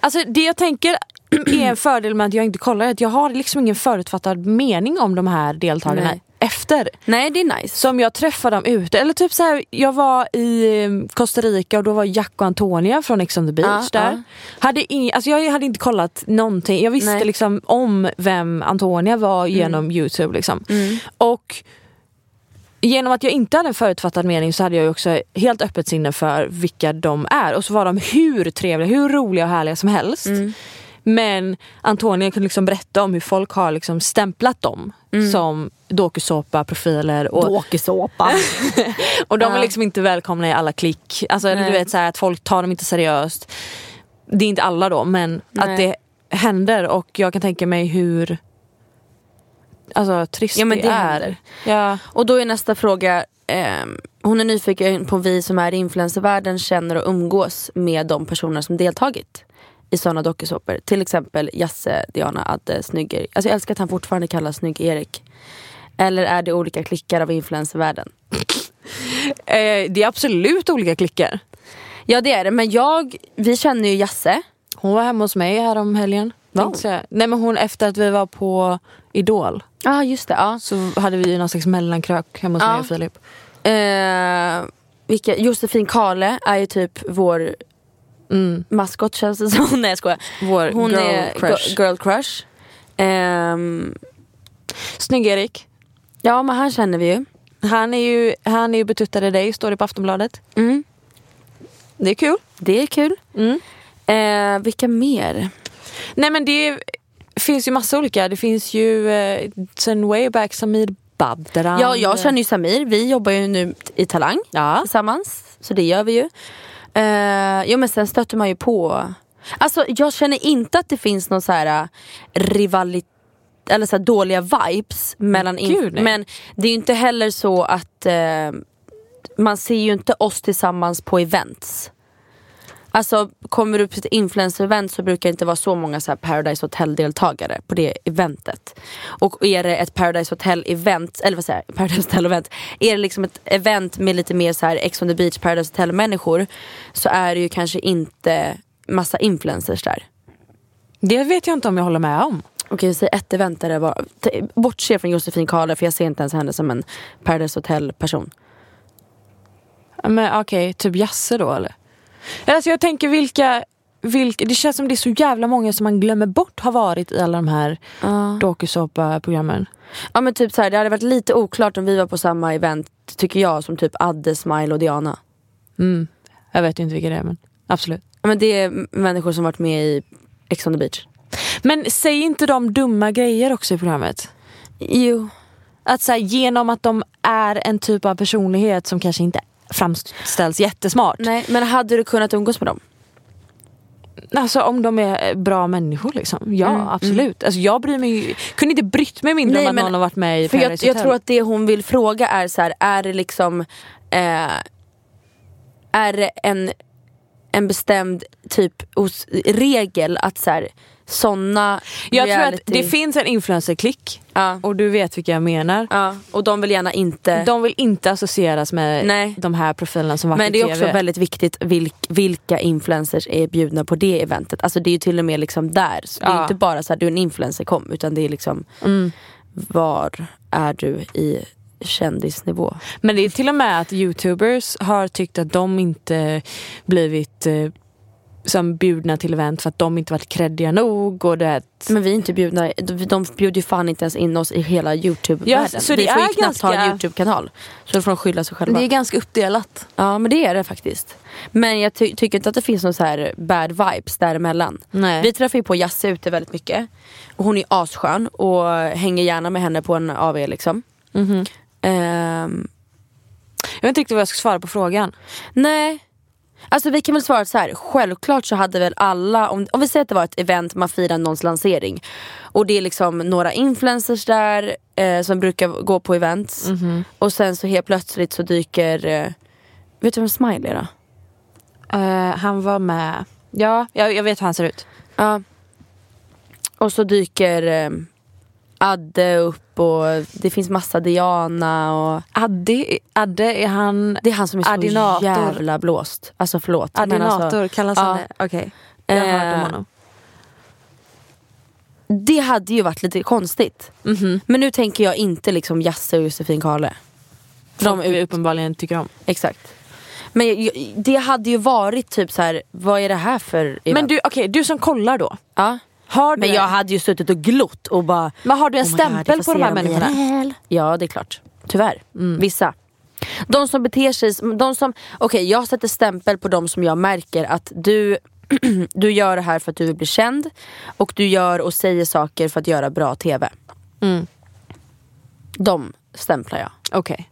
Speaker 3: Alltså det jag tänker är en fördel med att jag inte kollar är att jag har liksom ingen förutfattad mening om de här deltagarna
Speaker 2: Nej.
Speaker 3: efter.
Speaker 2: Nej det är nice.
Speaker 3: Som jag träffar dem ute. Eller typ så här, jag var i eh, Costa Rica och då var Jack och Antonia från Ex on the Beach
Speaker 2: Ja,
Speaker 3: där.
Speaker 2: ja.
Speaker 3: Hade ing, alltså jag hade inte kollat någonting. Jag visste
Speaker 2: Nej. Mm.
Speaker 3: liksom om vem Antonia var genom Youtube. Liksom. Och genom att jag inte hade en förutfattad mening så hade jag ju också helt öppet sinne för vilka de är. Och så var de hur trevliga, hur roliga och härliga som helst.
Speaker 2: Mm.
Speaker 3: Men Antonia kunde liksom berätta om hur folk har liksom stämplat dem
Speaker 2: Mm.
Speaker 3: som dokusåpa-profiler. Och,
Speaker 2: Dokusåpa.
Speaker 3: och de är
Speaker 2: Ja.
Speaker 3: liksom inte välkomna i alla klick. Alltså, eller du
Speaker 2: Nej.
Speaker 3: vet så här, att folk tar dem inte seriöst. Det är inte alla då men att det
Speaker 2: Nej.
Speaker 3: händer och jag kan tänka mig hur alltså, trist
Speaker 2: Ja, men
Speaker 3: det,
Speaker 2: det
Speaker 3: är.
Speaker 2: händer.
Speaker 3: Ja.
Speaker 2: Och då är nästa fråga, ehm, hon är nyfiken på om vi som är i influencervärlden känner och umgås med de personer som deltagit i sådana dokusåpor. Till exempel Jasse, Diana, Adde, Snygg-Erik. Alltså jag älskar att han fortfarande kallas Snygg-Erik. Eller är det olika klickar av influencervärlden?
Speaker 3: Eh, det är absolut olika klickar.
Speaker 2: Ja det är det, men jag, vi känner ju Jasse.
Speaker 3: Hon var hemma hos mig här om helgen. tänkte säga. Nej men hon efter att vi var på Idol
Speaker 2: Ja ah, just det. Ah.
Speaker 3: så hade vi ju någon slags mellankrök hemma hos
Speaker 2: Ja.
Speaker 3: mig och Filip.
Speaker 2: Eh, vilka, Josefin Karle är ju typ vår Mm. maskot känns det som. Nej jag skojar.
Speaker 3: Vår
Speaker 2: Hon
Speaker 3: girl
Speaker 2: är
Speaker 3: crush.
Speaker 2: Girl, girl crush. Ehm,
Speaker 3: Snygg Erik.
Speaker 2: ja men han känner vi ju.
Speaker 3: Han är ju, han är ju betuttade dig står det på Aftonbladet. Det är kul.
Speaker 2: Mm. Det är kul. Eh, vilka mer?
Speaker 3: Nej men det finns ju massa olika. Det finns ju eh, sen way back Samir Badran.
Speaker 2: Ja, jag känner ju Samir. Vi jobbar ju nu t- i Talang tillsammans. Så det gör vi ju. Eh, jo men sen stöter man ju på. Alltså jag känner inte att det finns någon så här eh, rivalitet eller så här dåliga vibes mellan in-
Speaker 3: Gud, nej.
Speaker 2: Men det är ju inte heller så att eh, man ser ju inte oss tillsammans på events. Alltså kommer du på ett influencer-event så brukar det inte vara så många så här Paradise Hotel-deltagare på det eventet. Och är det ett Paradise Hotel-event, eller vad säger jag, Paradise Hotel-event, är det liksom ett event med lite mer så här Ex on the beach, Paradise Hotel-människor så är det ju kanske inte massa influencers där.
Speaker 3: Det vet jag inte om jag håller med om.
Speaker 2: Okej, eh, säg ett event där det var, t- bortse från Josefin Karle för jag ser inte ens henne som en Paradise Hotel-person.
Speaker 3: Men okej, typ Jasse då eller? Alltså jag tänker vilka, vilka, det känns som det är så jävla många som man glömmer bort har varit i alla de här dokusåpa-programmen.
Speaker 2: Ja men typ så här, det hade varit lite oklart om vi var på samma event tycker jag som typ Adde, Smile och Diana.
Speaker 3: Jag vet ju inte vilka det är men absolut.
Speaker 2: Ja, men det är m- människor som varit med i Ex on the beach.
Speaker 3: Men säg inte de dumma grejer också i programmet.
Speaker 2: Jo.
Speaker 3: Att så här, genom att de är en typ av personlighet som kanske inte framställs jättesmart.
Speaker 2: Nej, men hade du kunnat umgås med dem?
Speaker 3: Alltså om de är eh, bra människor liksom. Ja absolut. Alltså, jag bryr mig ju, kunde inte brytt mig mindre
Speaker 2: Mm,
Speaker 3: om
Speaker 2: Nej,
Speaker 3: att
Speaker 2: men-
Speaker 3: någon har varit med i
Speaker 2: För jag,
Speaker 3: Paradise
Speaker 2: jag
Speaker 3: Hotel.
Speaker 2: tror att det hon vill fråga är så här, är det liksom eh, Är det en, en bestämd typ os, regel att så här, såna
Speaker 3: jag tror att
Speaker 2: reality-
Speaker 3: det finns en influencer-klick
Speaker 2: Ja.
Speaker 3: och du vet vilka jag menar.
Speaker 2: Ja, och de vill gärna inte
Speaker 3: De vill inte associeras med
Speaker 2: Mm. Nej.
Speaker 3: de här profilerna som varit
Speaker 2: Men det
Speaker 3: i
Speaker 2: är
Speaker 3: TV.
Speaker 2: också väldigt viktigt vilk, vilka influencers är bjudna på det eventet. Alltså det är ju till och med liksom där. Så Det är
Speaker 3: Ja.
Speaker 2: inte bara så att du är en influencer kom utan det är liksom
Speaker 3: Mm.
Speaker 2: var är du i kändisnivå?
Speaker 3: Men det är till och med att youtubers har tyckt att de inte blivit eh, som bjudna till event för att de inte varit creddiga nog. Och det,
Speaker 2: Men vi är inte bjudna, de de bjuder ju fan inte ens in oss i hela youtube-världen.
Speaker 3: Ja, så
Speaker 2: vi
Speaker 3: det
Speaker 2: får ju
Speaker 3: är
Speaker 2: knappt ha en
Speaker 3: ganska-
Speaker 2: youtube-kanal. Så då får de skylla sig själva.
Speaker 3: ganska uppdelat.
Speaker 2: Ja men det är det faktiskt. Men jag ty- tycker inte att det finns någon så här bad vibes däremellan.
Speaker 3: Nej.
Speaker 2: Vi träffar ju på Jasse ute väldigt mycket. Och hon är asskön och hänger gärna med henne på en AV liksom. Ehm,
Speaker 3: Jag vet inte riktigt vad jag ska svara på frågan.
Speaker 2: nej. Alltså vi kan väl svara så här. självklart så hade väl alla, om, om vi säger att det var ett event man firar någons lansering och det är liksom några influencers där eh, som brukar gå på events och sen så helt plötsligt så dyker, eh, vet du vem Smiley är då?
Speaker 3: Eh, han var med. Ja, jag, jag vet hur han ser ut.
Speaker 2: Ja. Och så dyker eh, Adde upp och det finns massa Diana och
Speaker 3: Adde, Adde är han...
Speaker 2: det är han som är så
Speaker 3: Adinator.
Speaker 2: jävla blåst. Alltså förlåt. men
Speaker 3: Adinator
Speaker 2: alltså,
Speaker 3: kallas
Speaker 2: ja.
Speaker 3: han det? Okej. Jag har hört om
Speaker 2: Eh,
Speaker 3: honom.
Speaker 2: Det hade ju varit lite konstigt. Men nu tänker jag inte liksom Jasse och Josefin Karle.
Speaker 3: De vi uppenbarligen tycker om.
Speaker 2: Exakt. Men jag- jag- det hade ju varit typ så här, vad är det här för
Speaker 3: Men
Speaker 2: event?
Speaker 3: du, okej, du som kollar då.
Speaker 2: ja.
Speaker 3: Har du
Speaker 2: Men
Speaker 3: en-
Speaker 2: jag hade ju suttit och glott och bara
Speaker 3: Men har du en
Speaker 2: Oh my God,
Speaker 3: stämpel
Speaker 2: jag får
Speaker 3: på de här
Speaker 2: se dem
Speaker 3: människorna?
Speaker 2: IRL. Ja det är klart, tyvärr.
Speaker 3: Mm.
Speaker 2: Vissa. De som beter sig, som- de som, okej jag sätter stämpel på de som jag märker att du, du gör det här för att du vill bli känd och du gör och säger saker för att göra bra TV.
Speaker 3: Mm.
Speaker 2: De stämplar jag.
Speaker 3: Okej.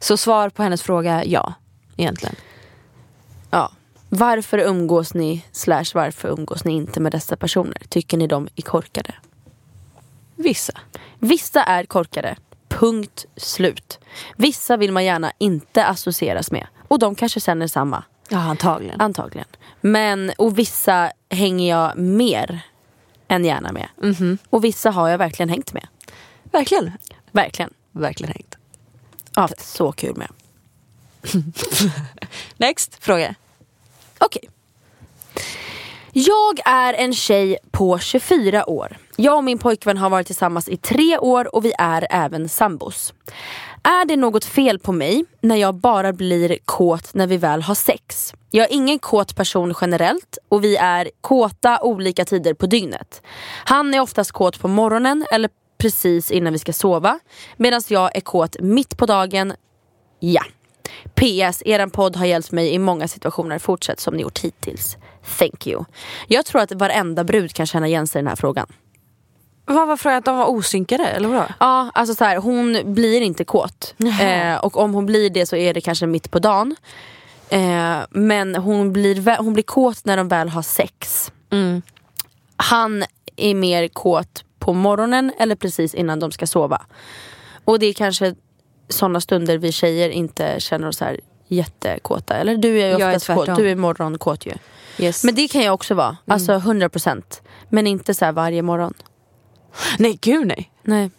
Speaker 3: Så svar på hennes fråga, ja. Egentligen.
Speaker 2: Ja. Varför umgås ni, slash varför umgås ni inte med dessa personer? Tycker ni de är korkade?
Speaker 3: Vissa.
Speaker 2: Vissa är korkade. Punkt slut. Vissa vill man gärna inte associeras med. Och de kanske känner samma.
Speaker 3: Ja, antagligen.
Speaker 2: Antagligen. Men, och vissa hänger jag mer än gärna med. Och vissa har jag verkligen hängt med.
Speaker 3: verkligen.
Speaker 2: Verkligen.
Speaker 3: Verkligen hängt.
Speaker 2: Och haft så kul med.
Speaker 3: Next fråga.
Speaker 2: Okej. Jag är en tjej på 24 år. Jag och min pojkvän har varit tillsammans i tre år och vi är även sambos. Är det något fel på mig när jag bara blir kåt när vi väl har sex? Jag är ingen kåt person generellt och vi är kåta olika tider på dygnet. Han är oftast kåt på morgonen eller precis innan vi ska sova medan jag är kåt mitt på dagen Ja. PS. Eran podd har hjälpt mig i många situationer. Fortsätt som ni gjort hittills. Thank you. Jag tror att varenda brud kan känna igen sig i den här frågan.
Speaker 3: Vad var frågan? Att de var osynkade eller vadå?
Speaker 2: Ja, alltså så här, hon blir inte kåt. Eh, och om hon blir det så är det kanske mitt på dagen. Eh, men hon blir, vä- hon blir kåt när de väl har sex.
Speaker 3: Mm.
Speaker 2: Han är mer kåt på morgonen eller precis innan de ska sova. Och det är kanske sådana stunder vi tjejer inte känner oss så här jättekåta. Eller du är ju
Speaker 3: Jag är
Speaker 2: oftast kåt,
Speaker 3: tvärtom.
Speaker 2: du är morgonkåt ju. Men det kan jag också vara, alltså 100%. Men inte så här varje morgon.
Speaker 3: Nej gud nej.
Speaker 2: Nej.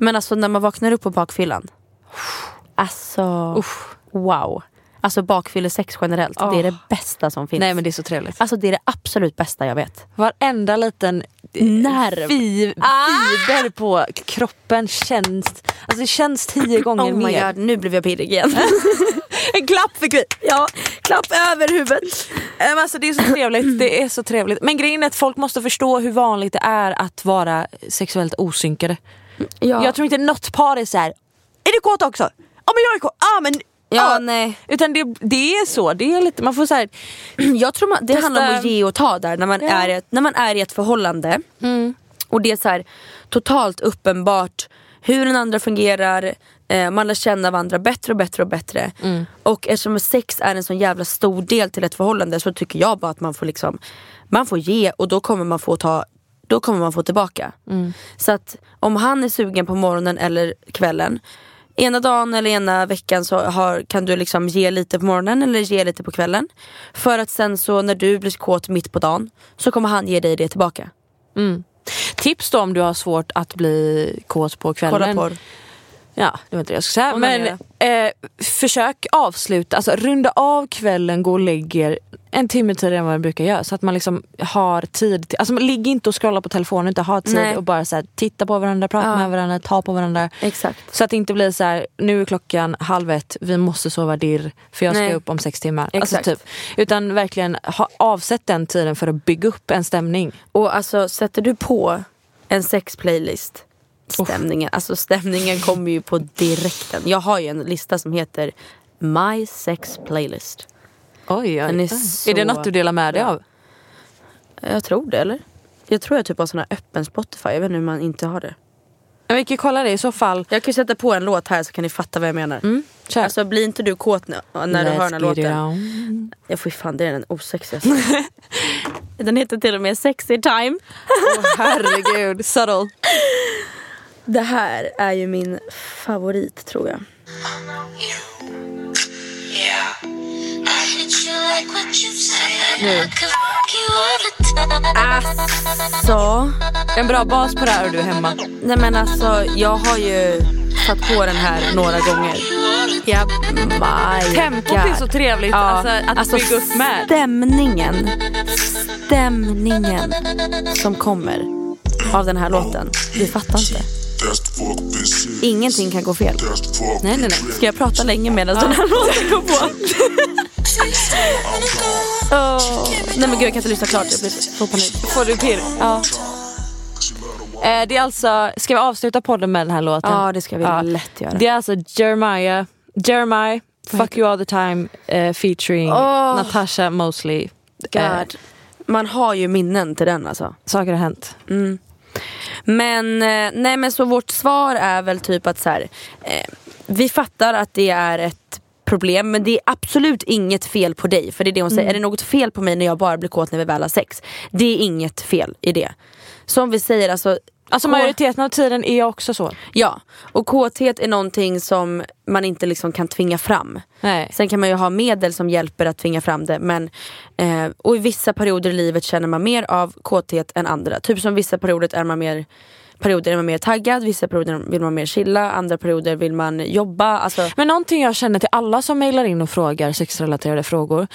Speaker 2: Men alltså när man vaknar upp på bakfyllan. Alltså, wow. Alltså bakfyllesex generellt, det är det bästa som finns.
Speaker 3: Nej men det är så trevligt.
Speaker 2: Alltså det är det absolut bästa jag vet.
Speaker 3: Varenda liten eh,
Speaker 2: Nerv.
Speaker 3: Fi,
Speaker 2: Ah!
Speaker 3: fiber på kroppen känns, alltså det känns tio gånger
Speaker 2: Oh my
Speaker 3: mer.
Speaker 2: god, nu blev jag pirrig igen.
Speaker 3: En klapp fick vi! Ja, klapp över huvudet. Ehm, Alltså det är så
Speaker 2: Mm.
Speaker 3: trevligt, det är så trevligt. Men grejen är att folk måste förstå hur vanligt det är att vara sexuellt osynkade.
Speaker 2: ja.
Speaker 3: Jag tror inte något par är så här. är du kåt också? Ja men jag är kåt, ja men ah."
Speaker 2: Ja, nej.
Speaker 3: Utan det, det är så, det är lite, man får så här,
Speaker 2: jag tror man, det handlar om att
Speaker 3: Testa.
Speaker 2: ge och ta där när man, är, i ett- när man är i ett förhållande. Och det är så här, totalt uppenbart hur den andra fungerar, eh, man lär känna varandra bättre och bättre och bättre. Och eftersom sex är en sån jävla stor del till ett förhållande så tycker jag bara att man får liksom Man får ge och då kommer man få ta Då kommer man få tillbaka. Så att om han är sugen på morgonen eller kvällen Ena dagen eller ena veckan så har, kan du liksom ge lite på morgonen eller ge lite på kvällen. För att sen så när du blir kåt mitt på dagen så kommer han ge dig det tillbaka.
Speaker 3: tips då om du har svårt att bli kåt på kvällen.
Speaker 2: Kolla porr.
Speaker 3: Ja, det var inte det jag skulle säga. Men
Speaker 2: Onanera.
Speaker 3: eh, försök avsluta, alltså runda av kvällen, gå och lägg er en timme tidigare än vad man brukar göra. Så att man liksom har tid. Till, alltså man ligger inte och scrollar på telefonen utan har tid
Speaker 2: Nej.
Speaker 3: och bara så här, titta på varandra, prata
Speaker 2: Ja.
Speaker 3: med varandra, ta på varandra.
Speaker 2: Exakt.
Speaker 3: Så att det inte blir så här, nu är klockan halv ett, vi måste sova dirr för jag ska
Speaker 2: Nej.
Speaker 3: upp om sex timmar.
Speaker 2: Exakt.
Speaker 3: Alltså, typ. Utan verkligen ha, avsätt den tiden för att bygga upp en stämning.
Speaker 2: Och alltså sätter du på en sexplaylist Stämningen, alltså stämningen kommer ju på direkten. Jag har ju en lista som heter My sex playlist.
Speaker 3: Oj,
Speaker 2: Den är
Speaker 3: Är, det
Speaker 2: så
Speaker 3: något du delar med dig
Speaker 2: bra.
Speaker 3: av?
Speaker 2: Jag tror det eller? Jag tror jag typ har sån här öppen Spotify, jag vet inte hur man inte har det.
Speaker 3: Men Vi kan kolla det i så fall.
Speaker 2: Jag kan ju sätta på en låt här så kan ni fatta vad jag menar.
Speaker 3: Kör.
Speaker 2: Alltså blir inte du kåt nu, när du hör den här
Speaker 3: Let's get it
Speaker 2: låten?
Speaker 3: on.
Speaker 2: Jag får fan det är den osexigaste. den heter till och med Sexy time.
Speaker 3: Herregud, subtle.
Speaker 2: Det här är ju min favorit tror jag. Alltså,
Speaker 3: En bra bas på det här och du är hemma.
Speaker 2: nej men alltså jag har ju satt på den här några gånger. Ja, my
Speaker 3: Tempot
Speaker 2: God.
Speaker 3: är så trevligt alltså, att bygga upp med.
Speaker 2: Stämningen, stämningen som kommer av den här låten. Du fattar inte. Ingenting kan gå fel.
Speaker 3: Nej, nej, nej.
Speaker 2: Ska jag prata länge medan den här låten går på? Åh, Nej men gud jag kan inte lyssna klart, jag blir så panik.
Speaker 3: Får du pirr? Ja. Eh, det är alltså, ska vi avsluta podden med den här låten?
Speaker 2: Ja, det ska vi lätt göra.
Speaker 3: Det är alltså Jeremiah, Jeremiah, Fuck You All The Time eh, featuring Natasha Mosley. Eh,
Speaker 2: God. Man har ju minnen till den alltså.
Speaker 3: saker har hänt.
Speaker 2: Men, eh, nej men så vårt svar är väl typ att så här, eh, vi fattar att det är ett problem men det är absolut inget fel på dig. För det är det hon säger, är det något fel på mig när jag bara blir kåt när vi väl har sex? Det är inget fel i det. Som vi säger alltså,
Speaker 3: Alltså
Speaker 2: kå-
Speaker 3: majoriteten av tiden är jag också så.
Speaker 2: Ja, och kåthet är någonting som man inte liksom kan tvinga fram.
Speaker 3: Nej.
Speaker 2: Sen kan man ju ha medel som hjälper att tvinga fram det. Men, eh, och i vissa perioder i livet känner man mer av kåthet än andra. Typ som vissa perioder är man mer Perioder är man mer taggad, vissa perioder vill man mer chilla, andra perioder vill man jobba. Alltså, Mm.
Speaker 3: Men någonting jag känner till alla som mejlar in och frågar sexrelaterade frågor.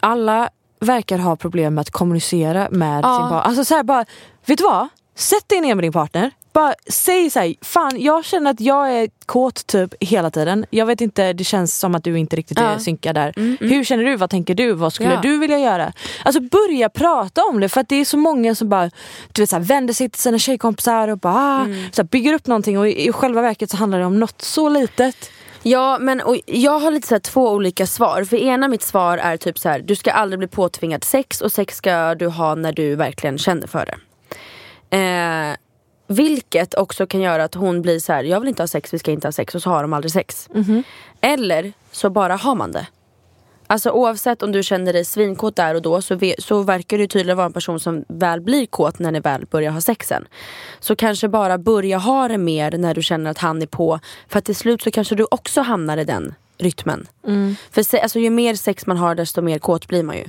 Speaker 3: Alla verkar ha problem med att kommunicera med
Speaker 2: Ja.
Speaker 3: sin partner. Alltså så här, bara, vet du vad? Sätt dig ner med din partner. Bara säg så här, fan jag känner att jag är kåt typ hela tiden. Jag vet inte, det känns som att du inte riktigt är
Speaker 2: Ja. Mm,
Speaker 3: synkad där. Hur känner du? Vad tänker du? Vad skulle
Speaker 2: Ja.
Speaker 3: du vilja göra? Alltså börja prata om det för att det är så många som bara du vet, så här, vänder sig till sina tjejkompisar och bara ah,
Speaker 2: Mm.
Speaker 3: så här, bygger upp någonting och i, i själva verket så handlar det om något så litet.
Speaker 2: Ja men och jag har lite så här två olika svar. För ena mitt svar är typ så här: du ska aldrig bli påtvingad sex och sex ska du ha när du verkligen känner för det. Eh, vilket också kan göra att hon blir så här: jag vill inte ha sex, vi ska inte ha sex och så har de aldrig sex. Eller så bara har man det. Alltså oavsett om du känner dig svinkåt där och då så, ve- så verkar du tydligen vara en person som väl blir kåt när ni väl börjar ha sexen. Så kanske bara börja ha det mer när du känner att han är på. För att till slut så kanske du också hamnar i den rytmen.
Speaker 3: Mm.
Speaker 2: För se, alltså, ju mer sex man har desto mer kåt blir man ju.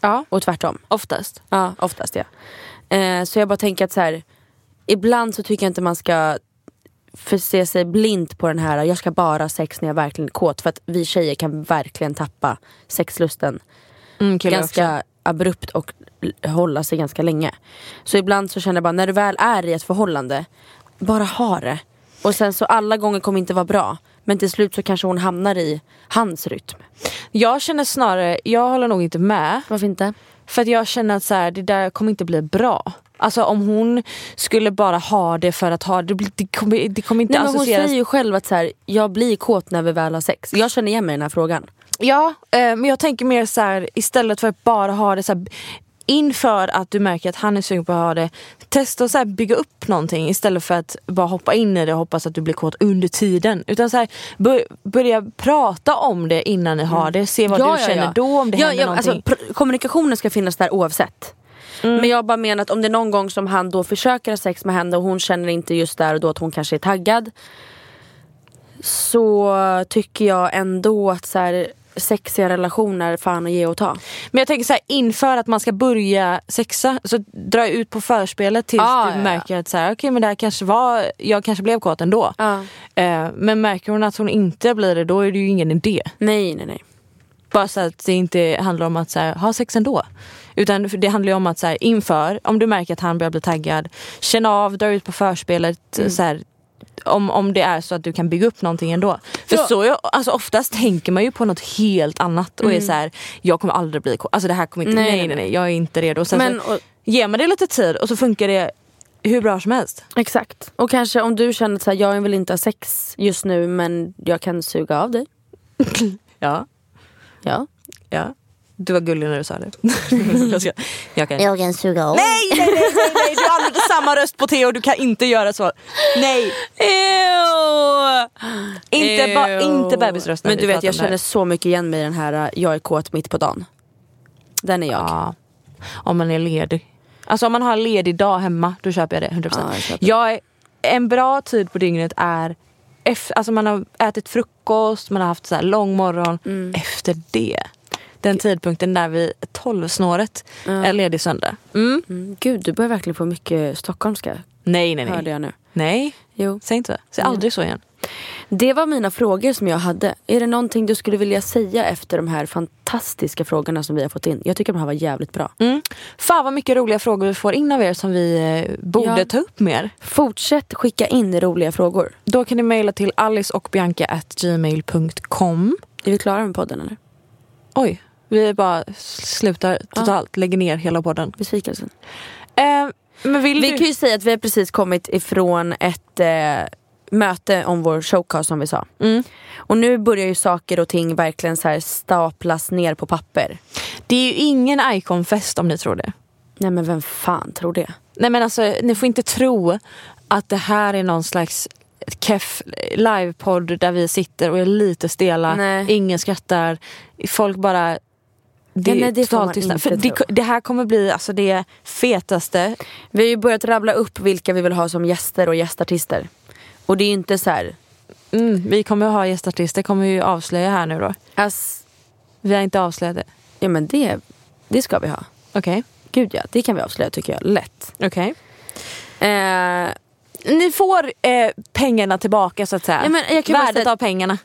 Speaker 3: Ja.
Speaker 2: Och tvärtom.
Speaker 3: Oftast.
Speaker 2: Ja, oftast ja. Eh, så jag bara tänker att så här, ibland så tycker jag inte man ska förse sig blind på den här, jag ska bara ha sex när jag verkligen är kåt. För att vi tjejer kan verkligen tappa sexlusten
Speaker 3: Mm, killar också.
Speaker 2: ganska abrupt och l- hålla sig ganska länge. Så ibland så känner jag bara, när du väl är i ett förhållande, bara ha det. Och sen så alla gånger kommer inte vara bra. Men till slut så kanske hon hamnar i hans rytm.
Speaker 3: Jag känner snarare, jag håller nog inte med.
Speaker 2: Varför inte?
Speaker 3: För att jag känner att så här, det där kommer inte bli bra. Alltså om hon skulle bara ha det för att ha det, blir- det kommer, det kommer inte
Speaker 2: Nej, men hon
Speaker 3: associeras.
Speaker 2: säger ju själv att så här, jag blir kåt när vi väl har sex. Jag känner igen mig i den här frågan.
Speaker 3: Ja, eh, men jag tänker mer så här, istället för att bara ha det så här, inför att du märker att han är sugen på att ha det, testa att så här, bygga upp någonting istället för att bara hoppa in i det och hoppas att du blir kåt under tiden. Utan så här, bör, börja prata om det innan ni har det, se vad
Speaker 2: Mm. Ja,
Speaker 3: du
Speaker 2: ja,
Speaker 3: känner
Speaker 2: ja.
Speaker 3: då om det
Speaker 2: ja,
Speaker 3: händer
Speaker 2: ja,
Speaker 3: någonting. Mm.
Speaker 2: alltså, pr- Kommunikationen ska finnas där oavsett. Men jag bara menar att om det är någon gång som han då försöker ha sex med henne och hon känner inte just där och då att hon kanske är taggad. Så tycker jag ändå att så här, sexiga relationer, fan att ge och ta.
Speaker 3: Men jag tänker så här, inför att man ska börja sexa, så dra ut på förspelet tills
Speaker 2: Ah,
Speaker 3: du
Speaker 2: ja, ja.
Speaker 3: märker att så här, okej, men det här kanske var, jag kanske blev kåt ändå.
Speaker 2: Ja.
Speaker 3: Eh, men märker hon att hon inte blir det, då är det ju ingen idé.
Speaker 2: Nej, nej, nej.
Speaker 3: Bara så att det inte handlar om att så här, ha sex ändå. Utan för det handlar ju om att så här, inför, om du märker att han börjar bli taggad, känn av, dra ut på förspelet.
Speaker 2: Mm.
Speaker 3: Så här, om, om det är så att du kan bygga upp någonting ändå. För
Speaker 2: Ja.
Speaker 3: så, är- alltså oftast tänker man ju på något helt annat och är så här, jag kommer aldrig bli ko- Alltså det här kommer inte,
Speaker 2: Mm. Nej,
Speaker 3: nej nej
Speaker 2: nej,
Speaker 3: nej, jag är inte redo. Och sen
Speaker 2: Men,
Speaker 3: så,
Speaker 2: och-
Speaker 3: ger man det lite tid och så funkar det hur bra som helst.
Speaker 2: Exakt. Och kanske om du känner att så här, jag vill inte ha sex just nu men jag kan suga av dig.
Speaker 3: Ja,
Speaker 2: Ja.
Speaker 3: ja. Du var gullig när du sa det. jag, ska, jag kan
Speaker 7: Jag kan suga av.
Speaker 3: Nej, nej, nej, nej, nej. du använder samma röst på Theo, du kan inte göra så. Nej.
Speaker 2: Ew.
Speaker 3: Inte, ba,
Speaker 2: Ew.
Speaker 3: inte bebisrösten.
Speaker 2: Men
Speaker 3: vi
Speaker 2: du vet
Speaker 3: pratar
Speaker 2: jag
Speaker 3: om det här.
Speaker 2: känner så mycket igen mig i den här äh, jag är kåt mitt på dagen. Den är jag.
Speaker 3: Ja, om man är ledig. Alltså om man har en ledig dag hemma, då köper jag det 100%.
Speaker 2: Ja, jag köper det.
Speaker 3: jag är, en bra tid på dygnet är efter, alltså man har ätit frukost, man har haft så här lång morgon.
Speaker 2: Mm.
Speaker 3: Efter det, den tidpunkten där vid 12-snåret är ledig söndag. Mm.
Speaker 2: Mm, Gud du börjar verkligen få mycket stockholmska.
Speaker 3: Nej, nej,
Speaker 2: Hörde
Speaker 3: nej.
Speaker 2: jag nu.
Speaker 3: Nej,
Speaker 2: Jo.
Speaker 3: säg inte så. Säg aldrig så igen.
Speaker 2: Det var mina frågor som jag hade. Är det någonting du skulle vilja säga efter de här fantastiska frågorna som vi har fått in? Jag tycker de här var jävligt bra.
Speaker 3: Mm. Fan vad mycket roliga frågor vi får in av er som vi eh, borde
Speaker 2: Ja.
Speaker 3: ta upp mer.
Speaker 2: Fortsätt skicka in roliga frågor.
Speaker 3: Då kan ni mejla till aliceochbianca.gmail.com
Speaker 2: Är vi klara med podden eller?
Speaker 3: Oj, vi bara slutar totalt, lägger ner hela podden.
Speaker 2: Besvikelsen.
Speaker 3: Eh, men vill
Speaker 2: Vi
Speaker 3: du?
Speaker 2: kan ju säga att vi har precis kommit ifrån ett eh, möte om vår showcast som vi sa.
Speaker 3: Mm.
Speaker 2: Och nu börjar ju saker och ting verkligen så här staplas ner på papper.
Speaker 3: Det är ju ingen iconfest om ni tror det.
Speaker 2: Nej men vem fan tror det?
Speaker 3: Nej men alltså, ni får inte tro att det här är någon slags keff livepodd där vi sitter och är lite stela,
Speaker 2: Nej.
Speaker 3: ingen skrattar, folk bara det är
Speaker 2: Ja, nej, det får
Speaker 3: totalt
Speaker 2: man
Speaker 3: tystnad.
Speaker 2: inte
Speaker 3: För det,
Speaker 2: tro.
Speaker 3: det här kommer bli alltså det fetaste
Speaker 2: Vi har ju börjat rabbla upp vilka vi vill ha som gäster och gästartister. Och det är ju inte så här,
Speaker 3: Mm, vi kommer att ha gästartister, kommer vi ju avslöja här nu då.
Speaker 2: ass,
Speaker 3: Vi har inte avslöjat det.
Speaker 2: ja men det, det ska vi ha.
Speaker 3: Okej.
Speaker 2: Gud ja, det kan vi avslöja tycker jag, lätt.
Speaker 3: Okej.
Speaker 2: Eh,
Speaker 3: Ni får eh, pengarna tillbaka så att säga.
Speaker 2: Ja, men jag kan bara
Speaker 3: Värdet
Speaker 2: säga-
Speaker 3: av pengarna.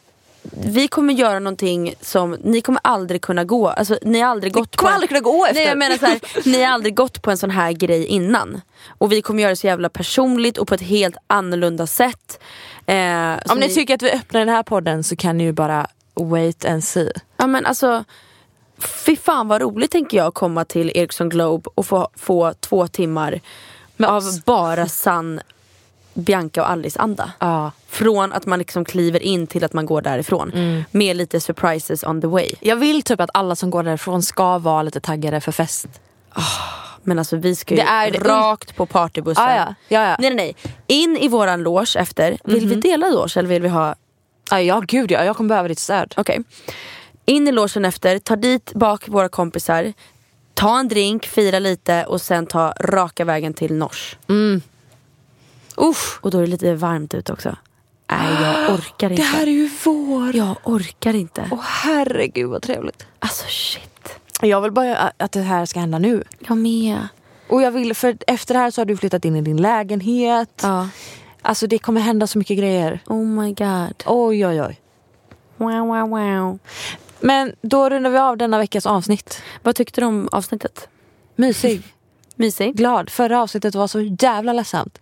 Speaker 2: vi kommer göra någonting som ni kommer aldrig kunna gå. Alltså, ni har aldrig gått
Speaker 3: kommer
Speaker 2: på
Speaker 3: aldrig kunna gå efter.
Speaker 2: Nej, jag menar så här, ni har aldrig gått på en sån här grej innan. Och vi kommer göra det så jävla personligt och på ett helt annorlunda sätt. Eh, så
Speaker 3: Om ni tycker att vi öppnar den här podden så kan ni ju bara wait and see.
Speaker 2: Ja men alltså Fy fan vad roligt tänker jag komma till Ericsson Globe och få, få två timmar av bara sann Bianca och Alice anda.
Speaker 3: Ja.
Speaker 2: Från att man liksom kliver in till att man går därifrån.
Speaker 3: Mm.
Speaker 2: Med lite surprises on the way.
Speaker 3: Jag vill typ att alla som går därifrån ska vara lite taggade för fest.
Speaker 2: Men alltså vi ska ju
Speaker 3: Det är det-
Speaker 2: rakt på partybussen.
Speaker 3: Ah, Ja, ja. Ja, ja.
Speaker 2: Nej nej nej. In i våran loge efter. Vill vi dela loge eller vill vi ha
Speaker 3: Mhm. Ja, ja gud ja, jag kommer behöva ditt stöd.
Speaker 2: Okej. In i logen efter, ta dit bak våra kompisar, ta en drink, fira lite och sen ta raka vägen till Nors.
Speaker 3: Usch.
Speaker 2: Och då är det lite varmt ute också. Nej, jag orkar inte.
Speaker 3: Det här är ju vår.
Speaker 2: Jag orkar inte.
Speaker 3: Åh herregud vad trevligt.
Speaker 2: Alltså shit.
Speaker 3: Jag vill bara att det här ska hända nu.
Speaker 2: Jag med.
Speaker 3: Och jag vill, för efter det här så har du flyttat in i din lägenhet.
Speaker 2: Ja.
Speaker 3: Alltså det kommer hända så mycket grejer.
Speaker 2: Oh my god.
Speaker 3: Oj oj oj.
Speaker 2: Wow, wow, wow.
Speaker 3: Men då rundar vi av denna veckas avsnitt.
Speaker 2: Vad tyckte du om avsnittet?
Speaker 3: Mysig,
Speaker 2: Mysig?
Speaker 3: glad. Förra avsnittet var så jävla ledsamt.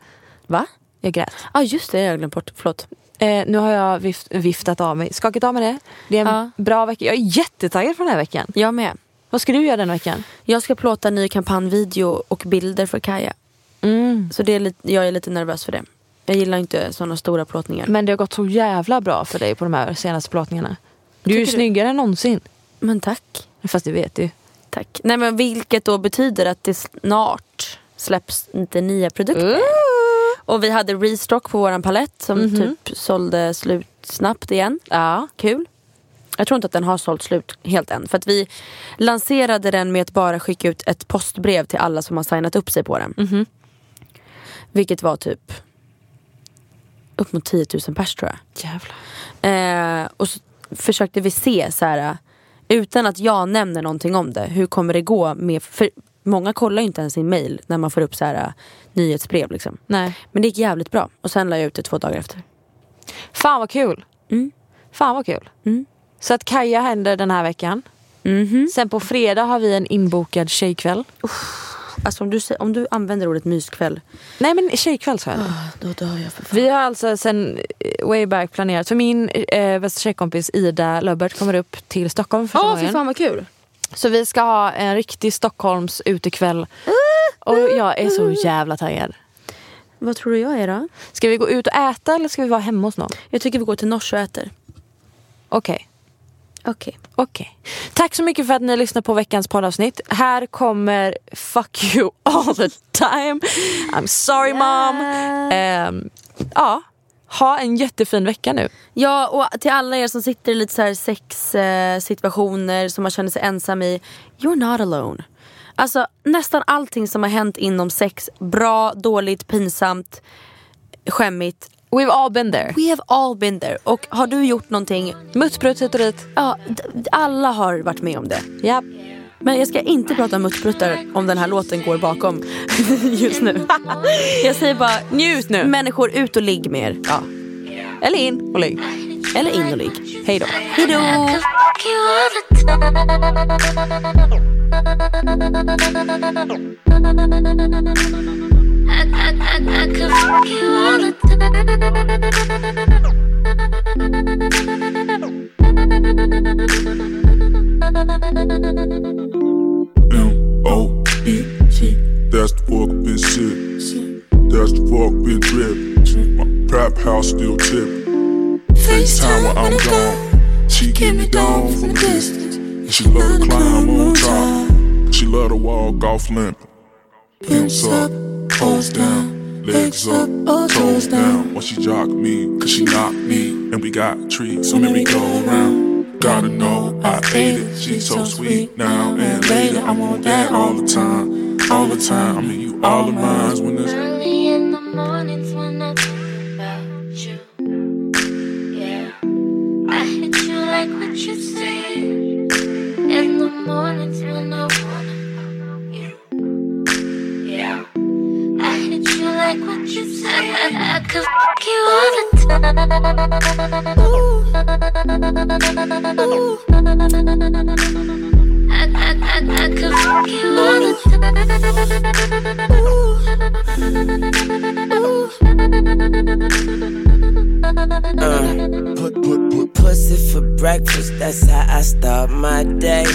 Speaker 2: Va?
Speaker 3: Jag grät.
Speaker 2: Ja ah, just det, jag har glömt bort. Förlåt.
Speaker 3: Eh, nu har jag vift, viftat av mig, skakat av mig det. Det är en
Speaker 2: Ja.
Speaker 3: bra vecka. Jag är jättetaggad för den här veckan.
Speaker 2: Jag med.
Speaker 3: Vad ska du göra den veckan?
Speaker 2: Jag ska plåta en ny kampanjvideo och bilder för Kaja.
Speaker 3: Mm.
Speaker 2: Så det är lite, jag är lite nervös för det. Jag gillar inte sådana stora plåtningar.
Speaker 3: Men det har gått så jävla bra för dig på de här senaste plåtningarna. Du är ju
Speaker 2: Tycker du-
Speaker 3: snyggare än någonsin.
Speaker 2: Men tack.
Speaker 3: Fast det vet du.
Speaker 2: Tack. Nej men vilket då betyder att det snart släpps inte nya produkter. Och vi hade restock på våran palett som typ sålde slut snabbt igen. Ja. Kul. Jag tror inte att den har sålt slut helt än. För att vi lanserade den med att bara skicka ut ett postbrev till alla som har signat upp sig på den. Vilket var typ upp mot 10 000 pers tror jag.
Speaker 3: Jävlar.
Speaker 2: Eh, och så försökte vi se så här eh, utan att jag nämner någonting om det, hur kommer det gå med, för många kollar ju inte ens sin mail när man får upp så här eh, nyhetsbrev liksom.
Speaker 3: Nej.
Speaker 2: Men det gick jävligt bra och sen la jag ut det två dagar efter.
Speaker 3: Fan vad kul.
Speaker 2: Mm.
Speaker 3: Fan vad kul.
Speaker 2: Mm.
Speaker 3: Så att Kaja händer den här veckan.
Speaker 2: Mhm.
Speaker 3: Sen på fredag har vi en inbokad tjejkväll.
Speaker 2: Alltså om du, sä- om du använder ordet myskväll,
Speaker 3: Nej men tjejkväll sa jag det.
Speaker 2: Ah, då dör jag för fan.
Speaker 3: Vi har alltså sen eh, way back planerat. För min eh, bästa tjejkompis Ida Löbert kommer upp till Stockholm första
Speaker 2: Åh
Speaker 3: gången.
Speaker 2: fy fan vad kul!
Speaker 3: Så vi ska ha en riktig Stockholms utekväll.
Speaker 2: Ah,
Speaker 3: Och jag är så jävla taggad.
Speaker 2: Vad tror du jag är då?
Speaker 3: Ska vi gå ut och äta eller ska vi vara hemma hos någon?
Speaker 2: Jag tycker vi går till Nors och äter.
Speaker 3: Okej.
Speaker 2: Okej.
Speaker 3: Okej. Tack så mycket för att ni lyssnar på veckans poddavsnitt. Här kommer Fuck you all the time. I'm sorry mom. Ehm, ja, ha en jättefin vecka nu.
Speaker 2: Ja och till alla er som sitter i lite så här sex eh, situationer som man känner sig ensam i. You're not alone. Alltså nästan allting som har hänt inom sex, bra, dåligt, pinsamt, skämmigt.
Speaker 3: We've all been there.
Speaker 2: We have all been there. Och har du gjort någonting,
Speaker 3: Muttprutt hit och dit.
Speaker 2: ja d- d- alla har varit med om det.
Speaker 3: Japp.
Speaker 2: Men jag ska inte prata om muttpruttar om den här låten går bakom just nu. Jag säger bara,
Speaker 3: Njut nu.
Speaker 2: människor ut och ligg med er. Ja.
Speaker 3: Eller in och ligg.
Speaker 2: Eller in och ligg.
Speaker 3: Hej då.
Speaker 2: Hejdå!
Speaker 8: M-O-E-T. That's the fuck been sick. That's the fuck been drip. My prop house still tip. FaceTime when I'm gone. She get me down from a distance. And she love to climb on top. She love to walk off limp. Pimps up, toes down. Legs up, oh, toes down. While she jock me, cause she knocked me. And we got treats, so let me go around. Gotta know I ate it. She's so sweet now and later. I want that all the time, all the time. I mean, you all of mine when it's.
Speaker 9: Early in the mornings when I think about you. Yeah. I hit you like what you said. In the mornings when I want you. Yeah. I hit you like what you said. I could fuck you all the time. Ooh. I, I, I, I could fuck you all the time.
Speaker 10: Put, put, put pussy for breakfast, that's how I start my day.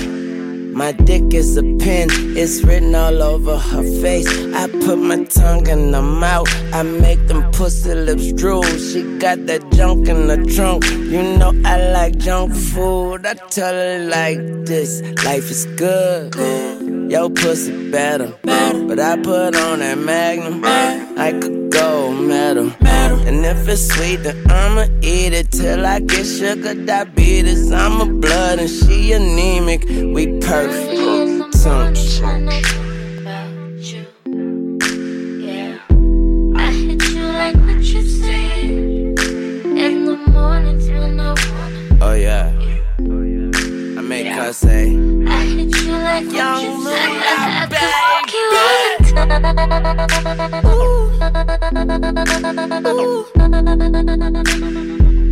Speaker 10: My dick is a pen, it's written all over her face. I put my tongue in her mouth, I make them pussy lips drool. She got that junk in the trunk, you know I like junk food. I tell her like this, life is good. Yo, pussy better, but I put on that magnum. I could go metal. And if it's sweet, then I'ma eat it till I get sugar diabetes. I'm a blood and she anemic. We perfect. Tongue.
Speaker 9: I hit you like what you said in the mornings when I wanna.
Speaker 10: Oh yeah. I make her say.
Speaker 9: I hit you like what you said. I could fuck you all the time.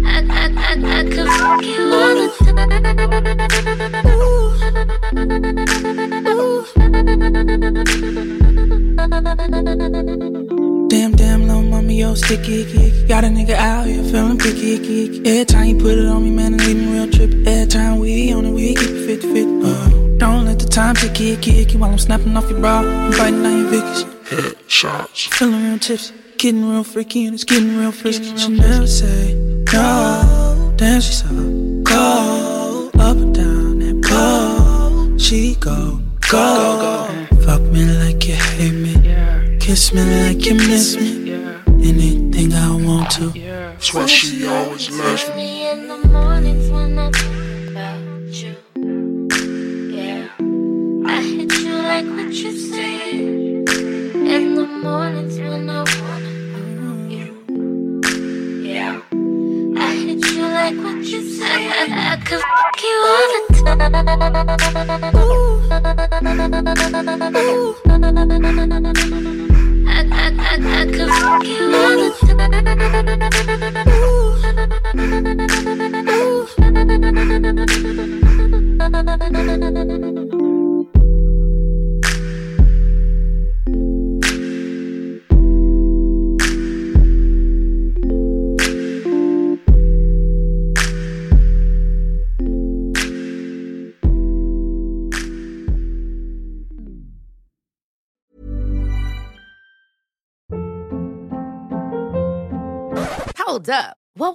Speaker 9: I, I, I, I could fuck you all the
Speaker 11: Damn, damn, little mama, yo, sticky, icky, icky. Got a nigga out here feeling picky, icky, icky. Every time you put it on me, man, it leave me real trip. Every time we on it, we keep it fit, fit. Uh, don't let the time take you, icky, icky, while I'm snapping off your bra and biting on your vickies.
Speaker 8: Headshots.
Speaker 11: Feeling real tips, getting real freaky, and it's getting real frisky. She never say no. Damn, she's so cold. Up and down that pole. She go, go, go. Fuck me like you hate me. Kiss me like you miss me. Anything I want to.
Speaker 8: That's why she always loves me.
Speaker 9: Me in the mornings when I think about you. Yeah. I hit you like what you said. In the mornings when I want you. Yeah. I hit you like what you said. I, I could fuck you all the time. I, I, I, I could fuck you all the
Speaker 7: Hold up. What